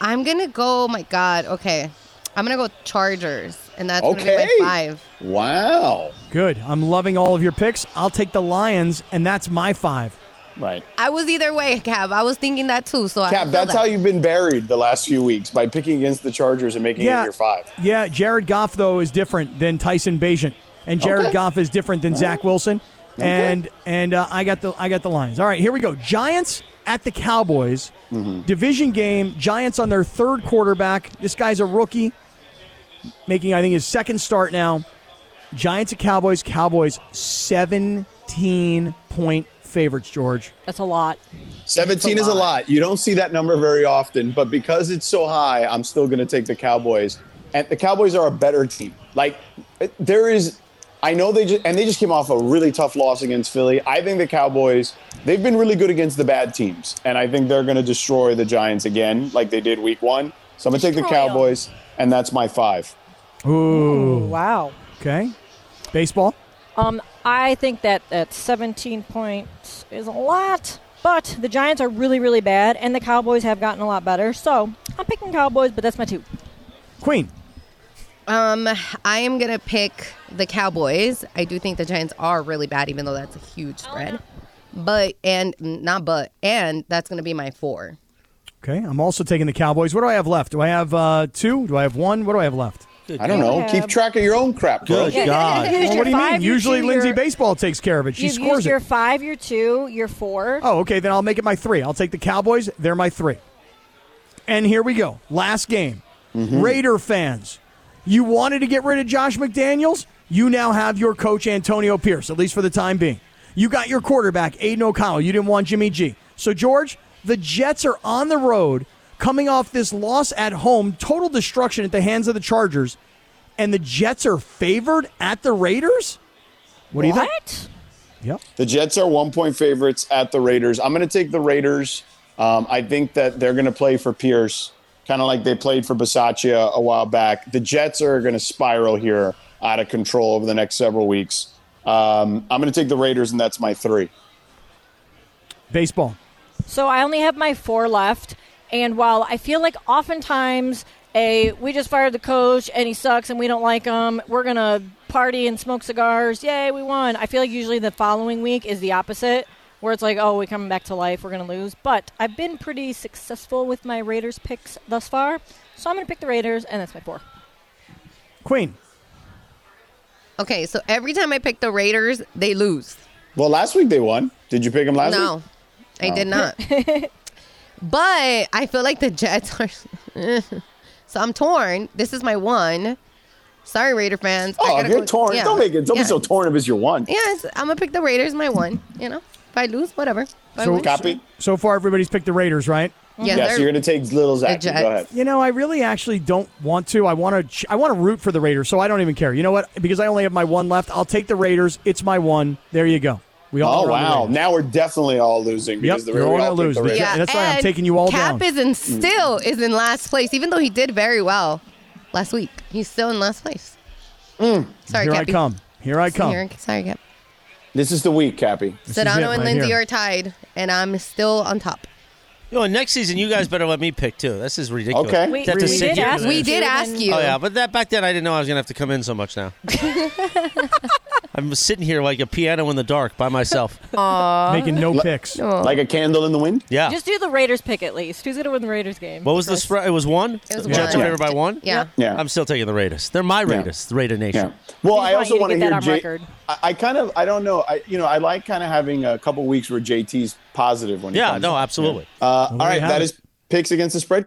[SPEAKER 3] I'm gonna go. oh My God. Okay, I'm gonna go Chargers, and that's gonna
[SPEAKER 5] Okay.
[SPEAKER 3] be my five.
[SPEAKER 5] Right. Wow.
[SPEAKER 2] Good. I'm loving all of your picks. I'll take the Lions, and that's my five.
[SPEAKER 5] Right.
[SPEAKER 3] I was either way, Cab. I was thinking that too. So I
[SPEAKER 5] Cap,
[SPEAKER 3] feel
[SPEAKER 5] that's
[SPEAKER 3] that.
[SPEAKER 5] how you've been buried the last few weeks by picking against the Chargers and making it your five.
[SPEAKER 2] Yeah, Jared Goff though is different than Tyson Bajant, and Jared
[SPEAKER 5] Okay.
[SPEAKER 2] Goff is different than Zach Wilson.
[SPEAKER 5] Okay.
[SPEAKER 2] And and uh, I got the I got the Lions. All right, here we go. Giants at the Cowboys,
[SPEAKER 5] Mm-hmm.
[SPEAKER 2] division game. Giants on their third quarterback. This guy's a rookie, making I think his second start now. Giants at Cowboys. Cowboys seventeen point favorites. George.
[SPEAKER 4] That's a lot.
[SPEAKER 5] 17 is a lot. You don't see that number very often, but because it's so high, I'm still going to take the Cowboys. And the Cowboys are a better team. Like it- there is I know they just and they just came off a really tough loss against Philly. I think the Cowboys, they've been really good against the bad teams, and I think they're going to destroy the Giants again like they did week 1. So I'm going to take the
[SPEAKER 4] Destroy 'em.
[SPEAKER 5] Cowboys and that's my 5.
[SPEAKER 4] Ooh, wow.
[SPEAKER 2] Okay. Baseball.
[SPEAKER 4] Um, I think that that 17 points is a lot, but the Giants are really, really bad, and the Cowboys have gotten a lot better. So I'm picking Cowboys, but that's my two.
[SPEAKER 2] Queen.
[SPEAKER 3] Um, I am gonna pick the Cowboys. I do think the Giants are really bad, even though that's a huge spread. But and not but and that's gonna be my four.
[SPEAKER 2] Okay, I'm also taking the Cowboys. What do I have left? Do I have uh, two? Do I have one? What do I have left?
[SPEAKER 5] I don't know.
[SPEAKER 4] Yeah.
[SPEAKER 5] Keep track of your own crap, bro.
[SPEAKER 1] Good God.
[SPEAKER 4] Used
[SPEAKER 2] Well,
[SPEAKER 4] your
[SPEAKER 2] what do you mean?
[SPEAKER 4] five, your
[SPEAKER 2] Usually
[SPEAKER 4] two,
[SPEAKER 2] Lindsay
[SPEAKER 4] your-
[SPEAKER 2] Baseball takes care of it. She
[SPEAKER 4] You've
[SPEAKER 2] scores
[SPEAKER 4] used your
[SPEAKER 2] it.
[SPEAKER 4] five, your two, your four.
[SPEAKER 2] Oh, okay, then I'll make it my three. I'll take the Cowboys. They're my three. And here we go. Last game. Raider fans, you wanted to get rid of Josh McDaniels. You now have your coach, Antonio Pierce, at least for the time being. You got your quarterback, Aiden O'Connell. You didn't want Jimmy G. So, George, the Jets are on the road coming off this loss at home, total destruction at the hands of the Chargers, and the Jets are favored at the Raiders? What, do you think?
[SPEAKER 4] What?
[SPEAKER 2] Yep.
[SPEAKER 5] The Jets are one point favorites at the Raiders. I'm going to take the Raiders. Um, I think that they're going to play for Pierce, kind of like they played for Basaccia a while back. The Jets are going to spiral here out of control over the next several weeks. Um, I'm going to take the Raiders, and that's my three.
[SPEAKER 2] Baseball.
[SPEAKER 4] So I only have my four left. And while I feel like oftentimes a we just fired the coach and he sucks and we don't like him, we're gonna party and smoke cigars, yay, we won. I feel like usually the following week is the opposite, where it's like, oh, we're coming back to life, we're gonna lose. But I've been pretty successful with my Raiders picks thus far, so I'm gonna pick the Raiders, and that's my four.
[SPEAKER 2] Queen.
[SPEAKER 3] Okay, so every time I pick the Raiders, they lose.
[SPEAKER 5] Well, last week they won. Did you pick them last
[SPEAKER 3] No,
[SPEAKER 5] week?
[SPEAKER 3] I
[SPEAKER 5] Oh.
[SPEAKER 3] did not. but I feel like the Jets are. so I'm torn. This is my one. Sorry, Raider fans. I
[SPEAKER 5] Oh, if
[SPEAKER 3] gotta
[SPEAKER 5] you're
[SPEAKER 3] go-
[SPEAKER 5] torn.
[SPEAKER 3] yeah.
[SPEAKER 5] Don't make it. Don't
[SPEAKER 3] yeah.
[SPEAKER 5] be so torn if it's your one.
[SPEAKER 3] Yes, I'm gonna pick the Raiders. My one. You know, if I lose, whatever. If I
[SPEAKER 2] So-
[SPEAKER 3] win,
[SPEAKER 5] Copy.
[SPEAKER 2] So far, everybody's picked the Raiders, right?
[SPEAKER 3] yeah,
[SPEAKER 5] Yeah, so
[SPEAKER 3] they're-
[SPEAKER 5] you're going to take little Zach. Go
[SPEAKER 3] Jets.
[SPEAKER 5] ahead.
[SPEAKER 2] You know, I really actually don't want to. I want to. I want to root for the Raiders, so I don't even care. You know what? Because I only have my one left, I'll take the Raiders. It's my one. There you go. We all.
[SPEAKER 5] Oh
[SPEAKER 2] are on the
[SPEAKER 5] wow!
[SPEAKER 2] Raiders.
[SPEAKER 5] Now we're definitely all losing because
[SPEAKER 2] Yep,
[SPEAKER 5] the
[SPEAKER 2] you're
[SPEAKER 5] Raiders
[SPEAKER 2] all
[SPEAKER 5] all
[SPEAKER 2] gonna
[SPEAKER 5] picked the
[SPEAKER 2] lose.
[SPEAKER 5] Raiders.
[SPEAKER 2] Yeah, that's why I'm
[SPEAKER 3] and
[SPEAKER 2] taking you all
[SPEAKER 3] Cap
[SPEAKER 2] down.
[SPEAKER 3] is in still is in last place, even though he did very well last week. He's still in last place.
[SPEAKER 5] Mm.
[SPEAKER 3] Sorry,
[SPEAKER 2] Here I
[SPEAKER 3] Cappy.
[SPEAKER 2] come. Here I come.
[SPEAKER 3] Here- sorry, Cap.
[SPEAKER 5] This is the week, Cappy.
[SPEAKER 2] is it
[SPEAKER 3] Sedano and
[SPEAKER 2] right
[SPEAKER 3] Lindsay
[SPEAKER 2] here.
[SPEAKER 3] are tied, and I'm still on top.
[SPEAKER 1] You know, next season you guys better let me pick too. This is ridiculous.
[SPEAKER 5] Okay.
[SPEAKER 4] We,
[SPEAKER 1] That's a
[SPEAKER 4] we
[SPEAKER 1] sick
[SPEAKER 4] did
[SPEAKER 1] year
[SPEAKER 4] ask
[SPEAKER 1] today.
[SPEAKER 3] We did
[SPEAKER 4] you,
[SPEAKER 3] ask
[SPEAKER 4] and-
[SPEAKER 3] you.
[SPEAKER 1] Oh yeah, but that back then I didn't know I was gonna have to come in so much now. I'm sitting here like a piano in the dark by myself.
[SPEAKER 2] Making no picks.
[SPEAKER 3] Oh.
[SPEAKER 5] Like a candle in the wind.
[SPEAKER 1] Yeah.
[SPEAKER 4] Just do the Raiders pick at least. Who's gonna win the Raiders game?
[SPEAKER 1] what was the spread? It was one.
[SPEAKER 3] It was
[SPEAKER 1] Jets
[SPEAKER 3] one.
[SPEAKER 1] are favored by one.
[SPEAKER 3] Yeah.
[SPEAKER 5] Yeah.
[SPEAKER 1] I'm still taking the Raiders. They're my Raiders. The Raider Nation.
[SPEAKER 5] Yeah. Well,
[SPEAKER 4] We
[SPEAKER 5] I
[SPEAKER 4] just
[SPEAKER 5] also want
[SPEAKER 4] want you
[SPEAKER 5] to
[SPEAKER 4] to
[SPEAKER 5] hear
[SPEAKER 4] get that on
[SPEAKER 5] J.
[SPEAKER 4] record.
[SPEAKER 5] I, I kind of, I don't know. I, you know, I like kind of having a couple weeks where JT's positive when. he
[SPEAKER 1] Yeah,
[SPEAKER 5] comes
[SPEAKER 1] no,
[SPEAKER 5] in.
[SPEAKER 1] absolutely.
[SPEAKER 5] Uh, all
[SPEAKER 2] there you
[SPEAKER 5] right,
[SPEAKER 2] have
[SPEAKER 5] that
[SPEAKER 2] it.
[SPEAKER 5] is picks against the spread.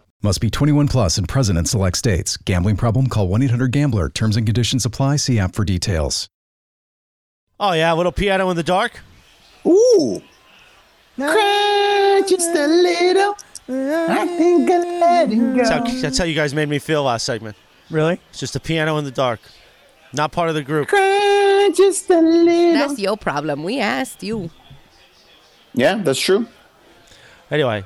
[SPEAKER 6] Must be 21 plus and present in select states. Gambling problem? Call 1 800 Gambler. Terms and conditions apply. See app for details.
[SPEAKER 1] Oh yeah, a little piano in the dark.
[SPEAKER 5] Ooh. Cry just a little. I think I let it
[SPEAKER 1] That's how, that's how you guys made me feel last segment.
[SPEAKER 2] Really?
[SPEAKER 1] It's just a piano in the dark. Not part of the group.
[SPEAKER 5] Cry just a little.
[SPEAKER 3] That's your problem. We asked you.
[SPEAKER 5] Yeah, that's true.
[SPEAKER 1] Anyway,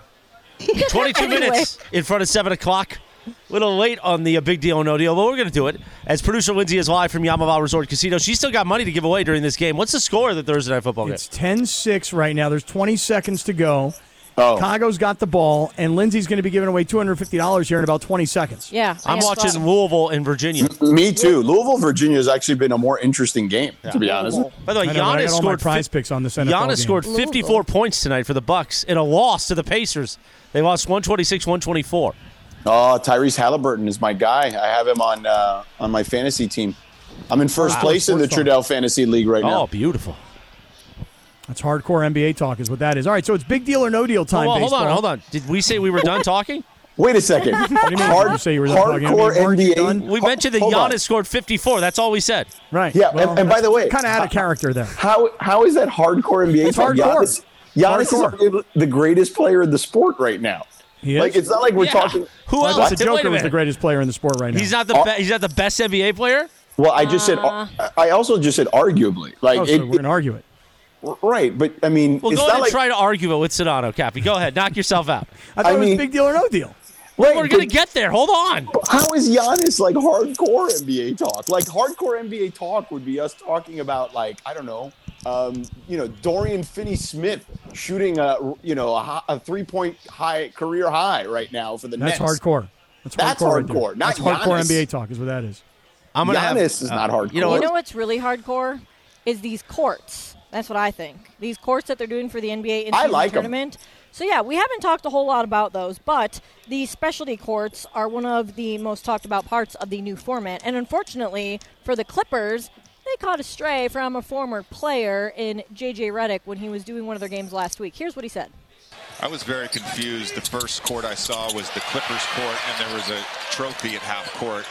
[SPEAKER 1] 22 minutes in front of 7 o'clock. A little late on the uh, big deal, no deal, but we're going to do it. As producer Lindsay is live from Yamaha Resort Casino, she's still got money to give away during this game. What's the score of the Thursday Night Football game?
[SPEAKER 2] It's 10 6 right now. There's 20 seconds to go.
[SPEAKER 5] Oh,
[SPEAKER 2] Chicago's got the ball, and Lindsay's going to be giving away $250 here in about 20 seconds.
[SPEAKER 4] Yeah, I
[SPEAKER 1] I'm
[SPEAKER 4] guess
[SPEAKER 1] watching
[SPEAKER 4] so.
[SPEAKER 1] Louisville in Virginia.
[SPEAKER 5] me too. Louisville, Virginia has actually been a more interesting game, to be honest.
[SPEAKER 1] By the way,
[SPEAKER 2] I know, but I
[SPEAKER 1] Giannis
[SPEAKER 2] got all my
[SPEAKER 1] scored
[SPEAKER 2] prize
[SPEAKER 1] fif-
[SPEAKER 2] picks on this NFL
[SPEAKER 1] Giannis
[SPEAKER 2] game.
[SPEAKER 1] scored 54 points tonight for the Bucks in a loss to the Pacers. They lost 126-124.
[SPEAKER 5] Oh, Tyrese Halliburton is my guy. I have him on uh, on my fantasy team. I'm in first place in the
[SPEAKER 2] First one.
[SPEAKER 5] Trudell Fantasy League right
[SPEAKER 1] Oh,
[SPEAKER 5] now.
[SPEAKER 1] beautiful.
[SPEAKER 2] That's hardcore NBA talk, is what that is. All right, so it's big deal or no deal
[SPEAKER 1] Oh,
[SPEAKER 2] time.
[SPEAKER 1] well, hold
[SPEAKER 2] baseball.
[SPEAKER 1] on, hold on. Did we say we were done talking?
[SPEAKER 5] Wait a second.
[SPEAKER 2] you mean?
[SPEAKER 5] Hard-
[SPEAKER 2] You say you were talking about
[SPEAKER 5] hardcore
[SPEAKER 2] Mark, you
[SPEAKER 5] NBA.
[SPEAKER 2] done?
[SPEAKER 1] We
[SPEAKER 5] Ho-
[SPEAKER 1] mentioned that
[SPEAKER 5] hold on.
[SPEAKER 1] Giannis scored 54. That's all we said.
[SPEAKER 2] Right.
[SPEAKER 5] Yeah, and- and by the way-
[SPEAKER 2] kind of out of character there.
[SPEAKER 5] How how is that hardcore NBA?
[SPEAKER 2] It's
[SPEAKER 5] talk?
[SPEAKER 2] hardcore.
[SPEAKER 5] Giannis, Giannis
[SPEAKER 2] Hardcore.
[SPEAKER 5] is arguably the greatest player in the sport right now.
[SPEAKER 2] He is?
[SPEAKER 5] Like it's not like we're
[SPEAKER 1] Yeah.
[SPEAKER 5] talking.
[SPEAKER 1] Who
[SPEAKER 5] Well,
[SPEAKER 1] else?
[SPEAKER 2] But the
[SPEAKER 1] Wait a
[SPEAKER 2] Joker was the
[SPEAKER 1] minute.
[SPEAKER 2] greatest player in the sport right now.
[SPEAKER 1] He's not the
[SPEAKER 5] Oh.
[SPEAKER 1] be- he's not the best NBA player.
[SPEAKER 5] Well, I just said.
[SPEAKER 2] Uh.
[SPEAKER 5] I also just said arguably. Like
[SPEAKER 2] Oh, so
[SPEAKER 5] it,
[SPEAKER 2] we're gonna argue it.
[SPEAKER 5] it- right, but I mean,
[SPEAKER 1] Well,
[SPEAKER 5] it's
[SPEAKER 1] go
[SPEAKER 5] not
[SPEAKER 1] ahead
[SPEAKER 5] like
[SPEAKER 1] and try to argue it with Sedano, Cappy. Go ahead, knock yourself out.
[SPEAKER 2] I thought
[SPEAKER 5] I
[SPEAKER 2] it was
[SPEAKER 5] mean-
[SPEAKER 2] big deal or no deal.
[SPEAKER 5] right,
[SPEAKER 1] We're gonna
[SPEAKER 5] but
[SPEAKER 1] get there. Hold on.
[SPEAKER 5] How is Giannis like hardcore NBA talk? Like hardcore NBA talk would be us talking about like I don't know, um, you know Dorian Finney-Smith shooting a you know a, hi- a three-point high career high right now for the
[SPEAKER 2] That's
[SPEAKER 5] Nets.
[SPEAKER 2] hardcore. That's hardcore.
[SPEAKER 5] That's
[SPEAKER 2] right there.
[SPEAKER 5] hardcore, not
[SPEAKER 2] That's hardcore
[SPEAKER 5] Giannis.
[SPEAKER 2] NBA talk is what that is.
[SPEAKER 1] I'm gonna have, Uh,
[SPEAKER 5] Giannis is not hardcore.
[SPEAKER 1] You know what?
[SPEAKER 4] You know what's really hardcore is these courts. That's what I think. These courts that they're doing for the NBA in
[SPEAKER 5] I like 'em.
[SPEAKER 4] tournament. So yeah, we haven't talked a whole lot about those, but the specialty courts are one of the most talked about parts of the new format. And unfortunately for the Clippers, they caught a stray from a former player in JJ Redick when he was doing one of their games last week. Here's what he said.
[SPEAKER 7] I was very confused. The first court I saw was the Clippers court, and there was a trophy at half court.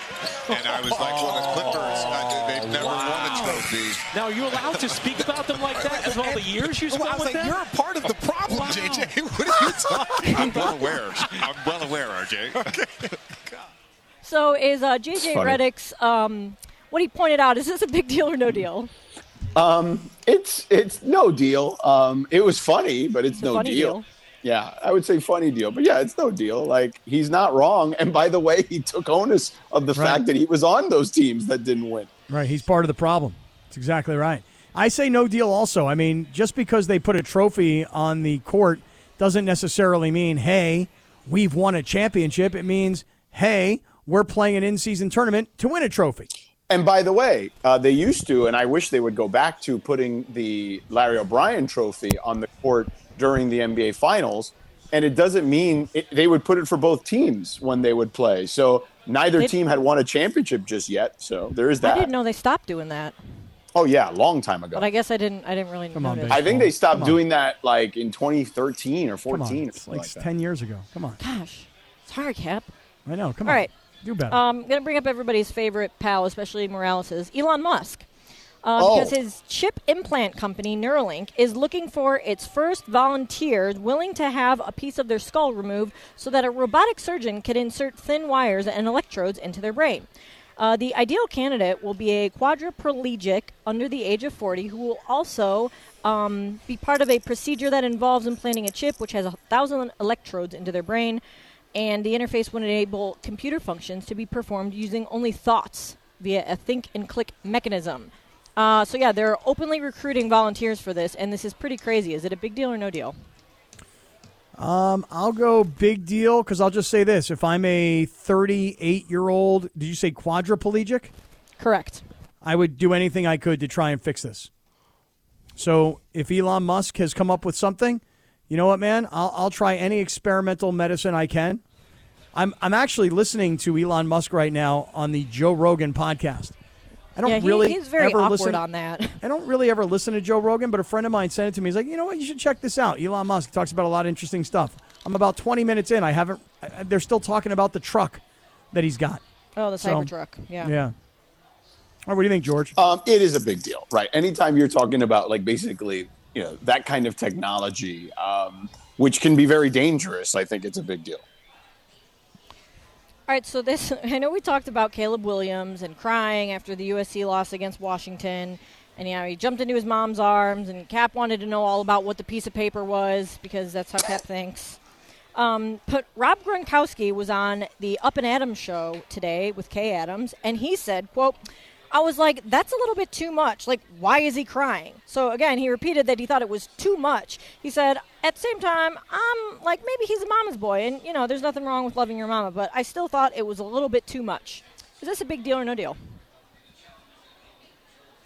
[SPEAKER 7] And I was like, well, the Clippers, I, they've never won a trophy.
[SPEAKER 8] Now, are you allowed to speak about them like that with all the years you spent
[SPEAKER 7] Well, I was
[SPEAKER 8] with
[SPEAKER 7] like,
[SPEAKER 8] them?
[SPEAKER 7] you're a part of the problem, JJ. What are you talking I'm well aware. I'm well aware, RJ.
[SPEAKER 4] So is uh, JJ
[SPEAKER 5] funny.
[SPEAKER 4] Redick's um, what he pointed out is this a big deal or no deal?
[SPEAKER 5] It's it's no deal. Um, it was funny, but it's,
[SPEAKER 4] a
[SPEAKER 5] no
[SPEAKER 4] funny
[SPEAKER 5] deal.
[SPEAKER 4] deal.
[SPEAKER 5] Yeah, I would say funny deal, but yeah, it's no deal. Like he's not wrong, and by the way, he took onus of the
[SPEAKER 2] Right.
[SPEAKER 5] fact that he was on those teams that didn't win.
[SPEAKER 2] Right. He's part of the problem. That's exactly right. I say no deal also. I mean, just because they put a trophy on the court doesn't necessarily mean, hey, we've won a championship. It means, hey, we're playing an in season tournament to win a trophy.
[SPEAKER 5] And by the way, uh, they used to, and I wish they would go back to putting the Larry O'Brien Trophy on the court during the NBA Finals. And it doesn't mean it, they would put it for both teams when they would play. So neither
[SPEAKER 4] They-
[SPEAKER 5] team had won a championship just yet. So there is
[SPEAKER 4] I
[SPEAKER 5] that.
[SPEAKER 4] didn't know they stopped doing that,
[SPEAKER 5] Oh yeah, a long time ago.
[SPEAKER 4] but I guess I didn't. I didn't really
[SPEAKER 2] Come on,
[SPEAKER 4] notice.
[SPEAKER 2] babe.
[SPEAKER 5] I think they
[SPEAKER 2] Come
[SPEAKER 5] stopped
[SPEAKER 2] on.
[SPEAKER 5] doing that like in 2013 or
[SPEAKER 2] Come on.
[SPEAKER 5] 14 or
[SPEAKER 2] It's
[SPEAKER 5] something
[SPEAKER 2] like
[SPEAKER 5] like that.
[SPEAKER 2] 10 years ago. Come on.
[SPEAKER 4] Gosh, sorry, Cap.
[SPEAKER 2] I know. Come
[SPEAKER 4] All
[SPEAKER 2] on.
[SPEAKER 4] right.
[SPEAKER 2] Do better.
[SPEAKER 4] Um, going to bring up everybody's favorite pal, especially Morales's, Elon Musk. Uh,
[SPEAKER 5] Oh.
[SPEAKER 4] Because his chip implant company, Neuralink, is looking for its first volunteers willing to have a piece of their skull removed so that a robotic surgeon can insert thin wires and electrodes into their brain. Uh, the ideal candidate will be a quadriplegic under the age of 40 who will also um, be part of a procedure that involves implanting a chip which has a thousand electrodes into their brain and the interface would enable computer functions to be performed using only thoughts via a think and click mechanism. Uh, so yeah, they're openly recruiting volunteers for this, and this is pretty crazy. Is it a big deal or no deal?
[SPEAKER 2] I'll go big deal because I'll just say this. If I'm a 38 year old, did you say quadriplegic?
[SPEAKER 4] Correct.
[SPEAKER 2] I would do anything I could to try and fix this. So if Elon Musk has come up with something, you know what, man? I'll, I'll try any experimental medicine I can. I'm, I'm actually listening to Elon Musk right now on the Joe Rogan podcast. I don't
[SPEAKER 4] Yeah, he-
[SPEAKER 2] really
[SPEAKER 4] he's very
[SPEAKER 2] ever
[SPEAKER 4] awkward
[SPEAKER 2] listen,
[SPEAKER 4] on that.
[SPEAKER 2] I don't really ever listen to Joe Rogan, but a friend of mine sent it to me. He's like, you know what? You should check this out. Elon Musk talks about a lot of interesting stuff. I'm about 20 minutes in. I haven't. I- I- They're still talking about the truck that he's got.
[SPEAKER 4] Oh, the
[SPEAKER 2] So-
[SPEAKER 4] Cybertruck. Yeah.
[SPEAKER 2] Yeah. All right. What do you think, George?
[SPEAKER 5] Um, it is a big deal, right? Anytime you're talking about like basically, you know, that kind of technology, um, which can be very dangerous, I think it's a big deal.
[SPEAKER 4] All right, so this I know we talked about Caleb Williams and crying after the USC loss against Washington, and you know he jumped into his mom's arms, and Cap wanted to know all about what the piece of paper was because that's how Cap thinks. Um, but Rob Gronkowski was on the Up and Adams show today with Kay Adams, and he said, "quote I was like, that's a little bit too much. Like, why is he crying? So again, he repeated that he thought it was too much. He said, at the same time, I'm like, maybe he's a mama's boy, and you know, there's nothing wrong with loving your mama, but I still thought it was a little bit too much. Is this a big deal or no deal?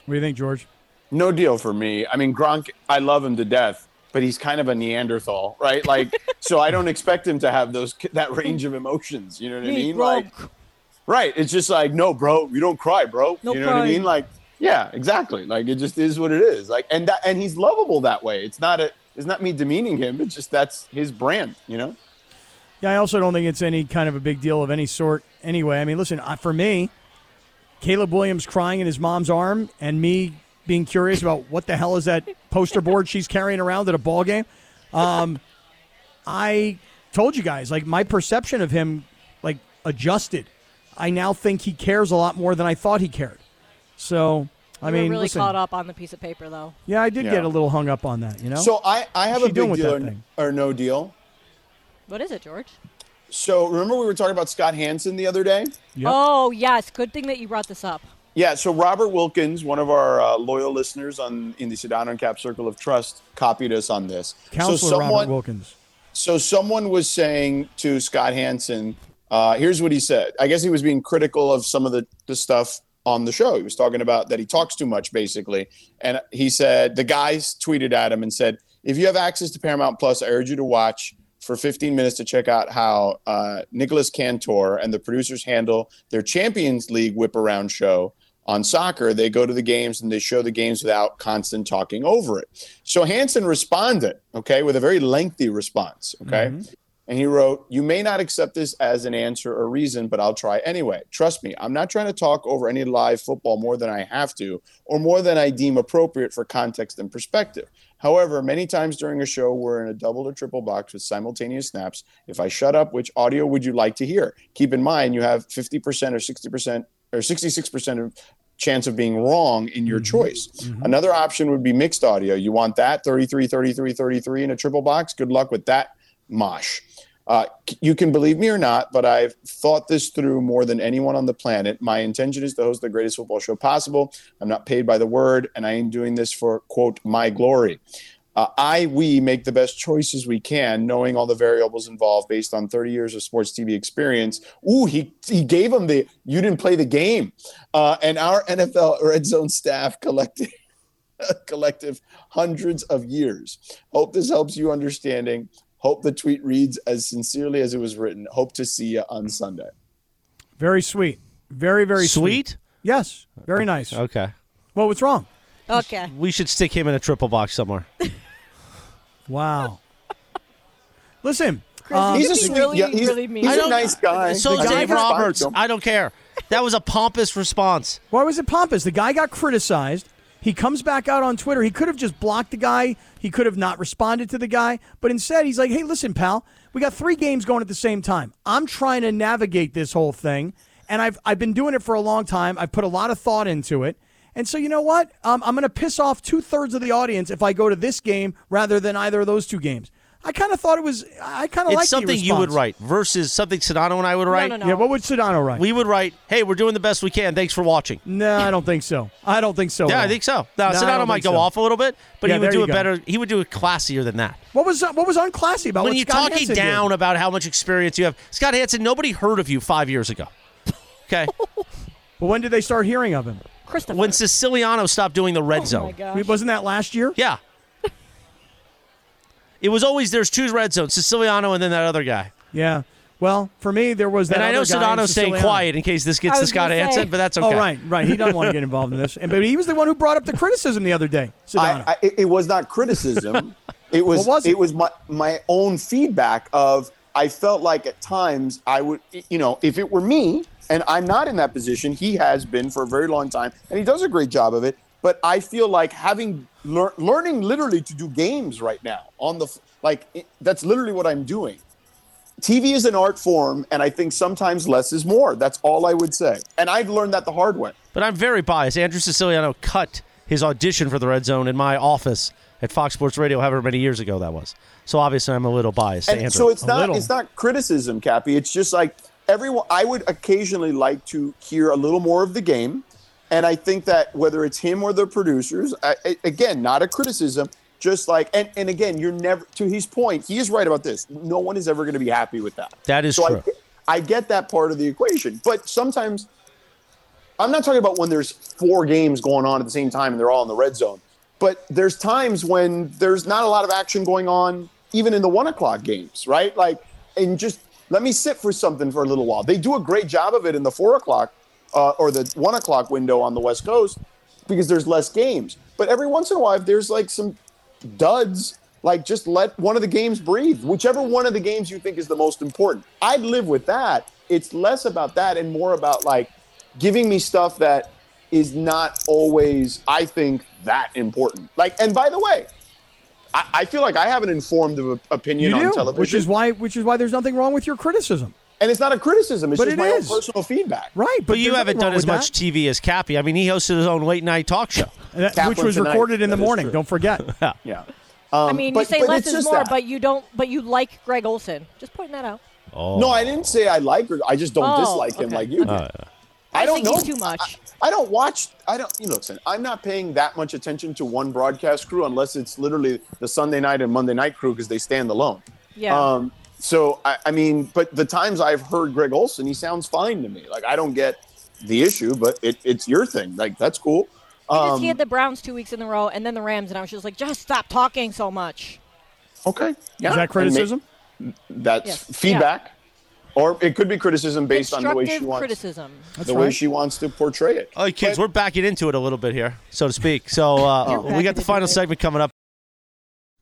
[SPEAKER 2] What do you think, George?
[SPEAKER 5] No deal for me. I mean, Gronk, I love him to death, but he's kind of a Neanderthal, right? Like, so I don't expect him to have those that range of emotions. You know what I
[SPEAKER 4] Me,
[SPEAKER 5] mean?
[SPEAKER 4] bro.
[SPEAKER 5] Like, right? It's just like, no, bro, you don't cry, bro.
[SPEAKER 4] No
[SPEAKER 5] you know what I
[SPEAKER 4] crying.
[SPEAKER 5] mean? Like, yeah, exactly. Like, it just is what it is. Like, and that, and he's lovable that way. It's not a, it's not me demeaning him. It's just that's his brand. You know?
[SPEAKER 2] Yeah, I also don't think it's any kind of a big deal of any sort anyway. I mean, listen, I, for me, Caleb Williams crying in his mom's arm and me being curious about what the hell is that poster board she's carrying around at a ball game. Um, I told you guys, like, my perception of him, like, adjusted. I now think he cares a lot more than I thought he cared. So, I
[SPEAKER 4] I
[SPEAKER 2] mean,
[SPEAKER 4] mean, really
[SPEAKER 2] listen,
[SPEAKER 4] caught up on the piece of paper, though.
[SPEAKER 2] yeah, I did
[SPEAKER 5] Yeah.
[SPEAKER 2] get a little hung up on that, you know?
[SPEAKER 5] So I, I have
[SPEAKER 2] What's
[SPEAKER 5] a
[SPEAKER 2] she doing
[SPEAKER 5] big
[SPEAKER 2] with
[SPEAKER 5] deal
[SPEAKER 2] that
[SPEAKER 5] or-
[SPEAKER 2] thing?
[SPEAKER 5] or no deal.
[SPEAKER 4] What is it, George?
[SPEAKER 5] So remember we were talking about Scott Hansen the other day?
[SPEAKER 2] Yep.
[SPEAKER 4] Oh, yes. Good thing that you brought this up.
[SPEAKER 5] Yeah, so Robert Wilkins, one of our uh, loyal listeners on in the Sedano and Cap Circle of Trust, copied us on this.
[SPEAKER 2] Counselor
[SPEAKER 5] so someone,
[SPEAKER 2] Robert Wilkins.
[SPEAKER 5] so someone was saying to Scott Hansen, uh, here's what he said. I guess he was being critical of some of the, the stuff on the show. He was talking about that he talks too much, basically. And he said, the guys tweeted at him and said, if you have access to Paramount Plus, I urge you to watch for 15 minutes to check out how uh, Nicholas Cantor and the producers handle their Champions League whip around show on soccer. They go to the games and they show the games without constant talking over it. So Hansen responded, okay, with a very lengthy response, okay? And he wrote, You may not accept this as an answer or reason, but I'll try anyway. Trust me, I'm not trying to talk over any live football more than I have to or more than I deem appropriate for context and perspective. However, many times during a show, we're in a double or triple box with simultaneous snaps. If I shut up, which audio would you like to hear? Keep in mind, you have 50% or 60% or 66% of chance of being wrong in your choice. Another option would be mixed audio. You want that 33, 33, 33 in a triple box? Good luck with that mosh. Uh, c- you can believe me or not, but I've thought this through more than anyone on the planet. My intention is to host the greatest football show possible. I'm not paid by the word, and I am doing this for, quote, my glory. Uh, I, we make the best choices we can, knowing all the variables involved based on 30 years of sports TV experience. Ooh, he, he gave him the, you didn't play the game. Uh, and our NFL Red Zone staff collected collective hundreds of years. Hope this helps you understanding. Hope the tweet reads as sincerely as it was written. Hope to see you on Sunday.
[SPEAKER 2] Very sweet. Very, very sweet.
[SPEAKER 1] Sweet?
[SPEAKER 2] Yes. Very nice.
[SPEAKER 1] Okay.
[SPEAKER 2] Well, what's wrong?
[SPEAKER 4] Okay.
[SPEAKER 1] We should stick him in a triple box somewhere.
[SPEAKER 2] Wow. Listen,
[SPEAKER 4] Chris,
[SPEAKER 2] um,
[SPEAKER 4] you
[SPEAKER 5] He's a
[SPEAKER 4] could be
[SPEAKER 5] sweet,
[SPEAKER 4] really,
[SPEAKER 5] yeah, he's,
[SPEAKER 4] really mean.
[SPEAKER 5] he's
[SPEAKER 1] I
[SPEAKER 5] a
[SPEAKER 1] don't-
[SPEAKER 5] nice guy.
[SPEAKER 1] So
[SPEAKER 5] The guy
[SPEAKER 1] Dave
[SPEAKER 5] who spiked
[SPEAKER 1] Roberts,
[SPEAKER 5] him-
[SPEAKER 1] I don't care. That was a pompous response.
[SPEAKER 2] why was it pompous? The guy got criticized. He comes back out on Twitter. He could have just blocked the guy. He could have not responded to the guy. But instead, he's like, hey, listen, pal, we got three games going at the same time. I'm trying to navigate this whole thing. And I've, I've been doing it for a long time. I've put a lot of thought into it. And so, you know what? Um, I'm going to piss off two thirds of the audience if I go to this game rather than either of those two games. I kind of thought it was, I kind of
[SPEAKER 1] It's
[SPEAKER 2] like
[SPEAKER 1] something you would write versus something Sedano and I would write.
[SPEAKER 4] no, no.
[SPEAKER 2] Yeah, what would Sedano write?
[SPEAKER 1] We would write, "Hey, we're doing the best we can. Thanks for watching."
[SPEAKER 2] No, I don't think so. I don't think so. at
[SPEAKER 1] Yeah, I
[SPEAKER 2] all.
[SPEAKER 1] think so.
[SPEAKER 2] No,
[SPEAKER 1] Now,
[SPEAKER 2] I
[SPEAKER 1] Sedano
[SPEAKER 2] don't
[SPEAKER 1] might
[SPEAKER 2] think
[SPEAKER 1] go
[SPEAKER 2] so.
[SPEAKER 1] off a little bit, but
[SPEAKER 2] Yeah,
[SPEAKER 1] he
[SPEAKER 2] there
[SPEAKER 1] would do
[SPEAKER 2] you
[SPEAKER 1] it
[SPEAKER 2] go.
[SPEAKER 1] better. He would do it classier than that.
[SPEAKER 2] What was uh, what was unclassy about
[SPEAKER 1] when
[SPEAKER 2] what
[SPEAKER 1] you're
[SPEAKER 2] Scott
[SPEAKER 1] talking
[SPEAKER 2] Hansen did?
[SPEAKER 1] down about how much experience you have, Scott Hansen, nobody heard of you five years ago. Okay,
[SPEAKER 2] But when did they start hearing of him?
[SPEAKER 4] Christopher.
[SPEAKER 1] when Siciliano stopped doing the red
[SPEAKER 4] oh, my
[SPEAKER 1] zone,
[SPEAKER 4] gosh.
[SPEAKER 2] Wasn't that last year?
[SPEAKER 1] yeah, it was always there's two red zones, Siciliano and then that other guy.
[SPEAKER 2] Yeah. Well, for me, there was that.
[SPEAKER 1] and I know
[SPEAKER 2] other guy in
[SPEAKER 1] Sedano's staying
[SPEAKER 2] Siciliano.
[SPEAKER 1] quiet in case this
[SPEAKER 4] I
[SPEAKER 1] gets to
[SPEAKER 4] was
[SPEAKER 1] Scott
[SPEAKER 4] gonna
[SPEAKER 1] Hansen,
[SPEAKER 4] say.
[SPEAKER 1] but that's okay.
[SPEAKER 2] Oh, right, right. He doesn't want to get involved in this, and but he was the one who brought up the criticism the other day. Sedano.
[SPEAKER 5] I, I, it- it was not criticism. it was,
[SPEAKER 2] What was it?
[SPEAKER 5] it was my my own feedback of I felt like at times I would you know if it were me and I'm not in that position he has been for a very long time and he does a great job of it but I feel like having lear- learning literally to do games right now on the f- like it, that's literally what I'm doing. TV is an art form and I think sometimes less is more. That's all I would say. And I've learned that the hard way.
[SPEAKER 1] But I'm very biased. Andrew Siciliano cut his audition for the red zone in my office at Fox Sports Radio, however many years ago that was. So obviously, I'm a little biased. to
[SPEAKER 5] And
[SPEAKER 1] Andrew.
[SPEAKER 5] so it's
[SPEAKER 2] a
[SPEAKER 5] not
[SPEAKER 2] little.
[SPEAKER 5] it's not criticism, Cappy. It's just like everyone. I would occasionally like to hear a little more of the game, and I think that whether it's him or the producers, I, I- again, not a criticism. Just like and and again, you're never to his point. He is right about this. No one is ever going to be happy with that.
[SPEAKER 1] That is
[SPEAKER 5] so I
[SPEAKER 1] true.
[SPEAKER 5] get- I get that part of the equation, but sometimes I'm not talking about when there's four games going on at the same time and they're all in the red zone. But there's times when there's not a lot of action going on, even in the one o'clock games, right? Like, and just let me sit for something for a little while. They do a great job of it in the four o'clock uh, or the one o'clock window on the West Coast because there's less games. But every once in a while, if there's like some duds, like just let one of the games breathe, whichever one of the games you think is the most important. I'd live with that. It's less about that and more about like giving me stuff that is not always, I think, that important. Like, and by the way, I, I feel like I have an informed op- opinion
[SPEAKER 2] You
[SPEAKER 5] on
[SPEAKER 2] do,
[SPEAKER 5] television,
[SPEAKER 2] which is why which is why there's nothing wrong with your criticism,
[SPEAKER 5] and it's not a criticism. It's
[SPEAKER 2] But
[SPEAKER 5] just
[SPEAKER 2] it
[SPEAKER 5] my
[SPEAKER 2] is.
[SPEAKER 5] own personal feedback.
[SPEAKER 2] right? But
[SPEAKER 1] But you
[SPEAKER 2] there's
[SPEAKER 1] haven't
[SPEAKER 2] nothing wrong
[SPEAKER 1] done as
[SPEAKER 2] with
[SPEAKER 1] much
[SPEAKER 2] that.
[SPEAKER 1] TV as Cappy. I mean, he hosted his own late night talk show.
[SPEAKER 2] That- which
[SPEAKER 5] Kaplan
[SPEAKER 2] was
[SPEAKER 5] tonight.
[SPEAKER 2] recorded in the
[SPEAKER 5] That is
[SPEAKER 2] morning.
[SPEAKER 5] true.
[SPEAKER 2] Don't forget.
[SPEAKER 5] Yeah.
[SPEAKER 4] I mean, you
[SPEAKER 5] Um, but-
[SPEAKER 4] say
[SPEAKER 5] but
[SPEAKER 4] less
[SPEAKER 5] it's
[SPEAKER 4] is
[SPEAKER 5] just
[SPEAKER 4] more,
[SPEAKER 5] that.
[SPEAKER 4] but you don't. But you like Greg Olson. Just pointing that out.
[SPEAKER 2] Oh.
[SPEAKER 5] No, I didn't say I like her. I just don't
[SPEAKER 4] Oh,
[SPEAKER 5] dislike him
[SPEAKER 4] okay.
[SPEAKER 5] like you. do. I don't
[SPEAKER 4] think
[SPEAKER 5] know
[SPEAKER 4] he's too much.
[SPEAKER 5] I don't watch. I don't. You know, listen. I'm not paying that much attention to one broadcast crew unless it's literally the Sunday night and Monday night crew because they stand alone.
[SPEAKER 4] Yeah.
[SPEAKER 5] Um, so I, I mean, but the times I've heard Greg Olson, he sounds fine to me. Like I don't get the issue, but it, it's your thing. Like that's cool.
[SPEAKER 4] Because
[SPEAKER 5] um,
[SPEAKER 4] he had the Browns two weeks in a row, and then the Rams, and I was just like, just stop talking so much.
[SPEAKER 5] Okay. Yeah.
[SPEAKER 2] Is that criticism?
[SPEAKER 5] And ma- that's
[SPEAKER 4] Yes.
[SPEAKER 5] feedback, or it could be criticism based on the way she
[SPEAKER 4] Constructive
[SPEAKER 5] wants
[SPEAKER 4] criticism.
[SPEAKER 5] the way
[SPEAKER 2] right.
[SPEAKER 5] she wants to portray it.
[SPEAKER 1] All right, kids, we're backing into it a little bit here, so to speak. So uh, we got the final segment coming up.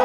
[SPEAKER 6] The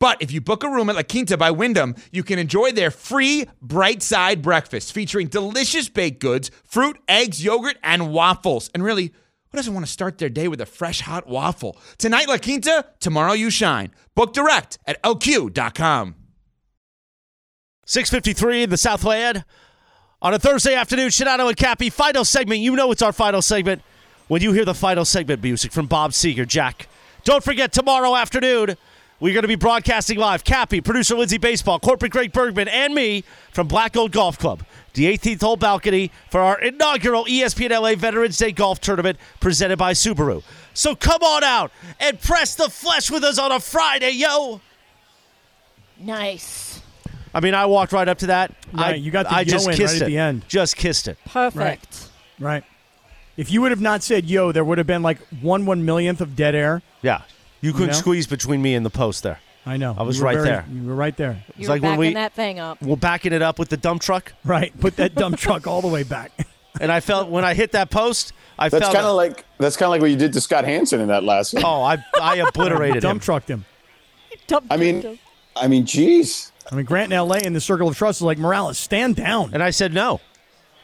[SPEAKER 9] But if you book a room at La Quinta by Wyndham, you can enjoy their free bright side breakfast featuring delicious baked goods, fruit, eggs, yogurt, and waffles. And really, who doesn't want to start their day with a fresh hot waffle? Tonight, La Quinta, tomorrow, you shine. Book direct at lq.com.
[SPEAKER 1] 6.53 in the Southland on a Thursday afternoon. Shinato and Cappy, final segment. You know it's our final segment when you hear the final segment music from Bob Seeger. Jack, don't forget tomorrow afternoon, we're going to be broadcasting live. Cappy, producer Lindsey Baseball, corporate Greg Bergman, and me from Black Gold Golf Club, the 18th hole balcony for our inaugural E ESPN LA Veterans Day Golf Tournament presented by Subaru. So come on out and press the flesh with us on a Friday, yo!
[SPEAKER 4] Nice.
[SPEAKER 1] I mean, I walked right up to that. I,
[SPEAKER 2] Right, you got the
[SPEAKER 1] I just
[SPEAKER 2] yo in right
[SPEAKER 1] kissed
[SPEAKER 2] at
[SPEAKER 1] it.
[SPEAKER 2] the end.
[SPEAKER 1] Just kissed it.
[SPEAKER 4] Perfect.
[SPEAKER 2] Right. If you would have not said yo, there would have been like one one millionth of dead air.
[SPEAKER 1] Yeah, you couldn't
[SPEAKER 2] know?
[SPEAKER 1] squeeze between me and the post there.
[SPEAKER 2] I know.
[SPEAKER 1] I was
[SPEAKER 2] You were
[SPEAKER 1] right
[SPEAKER 2] very-
[SPEAKER 1] there.
[SPEAKER 2] You were right there.
[SPEAKER 4] You're
[SPEAKER 1] like when
[SPEAKER 4] backing
[SPEAKER 1] we-
[SPEAKER 4] that thing up.
[SPEAKER 1] We're backing it up with the dump truck,
[SPEAKER 2] Right. Put that dump truck all the way back.
[SPEAKER 1] and I felt when I hit that post, I
[SPEAKER 5] That's
[SPEAKER 1] felt.
[SPEAKER 5] kind of like that's kind of like what you did to Scott Hansen in that last. one.
[SPEAKER 1] oh, I I obliterated him.
[SPEAKER 2] dump trucked him.
[SPEAKER 5] I mean, I mean, geez.
[SPEAKER 2] I mean, Grant in L.A. in the circle of trust is like Morales, stand down.
[SPEAKER 1] and I said no.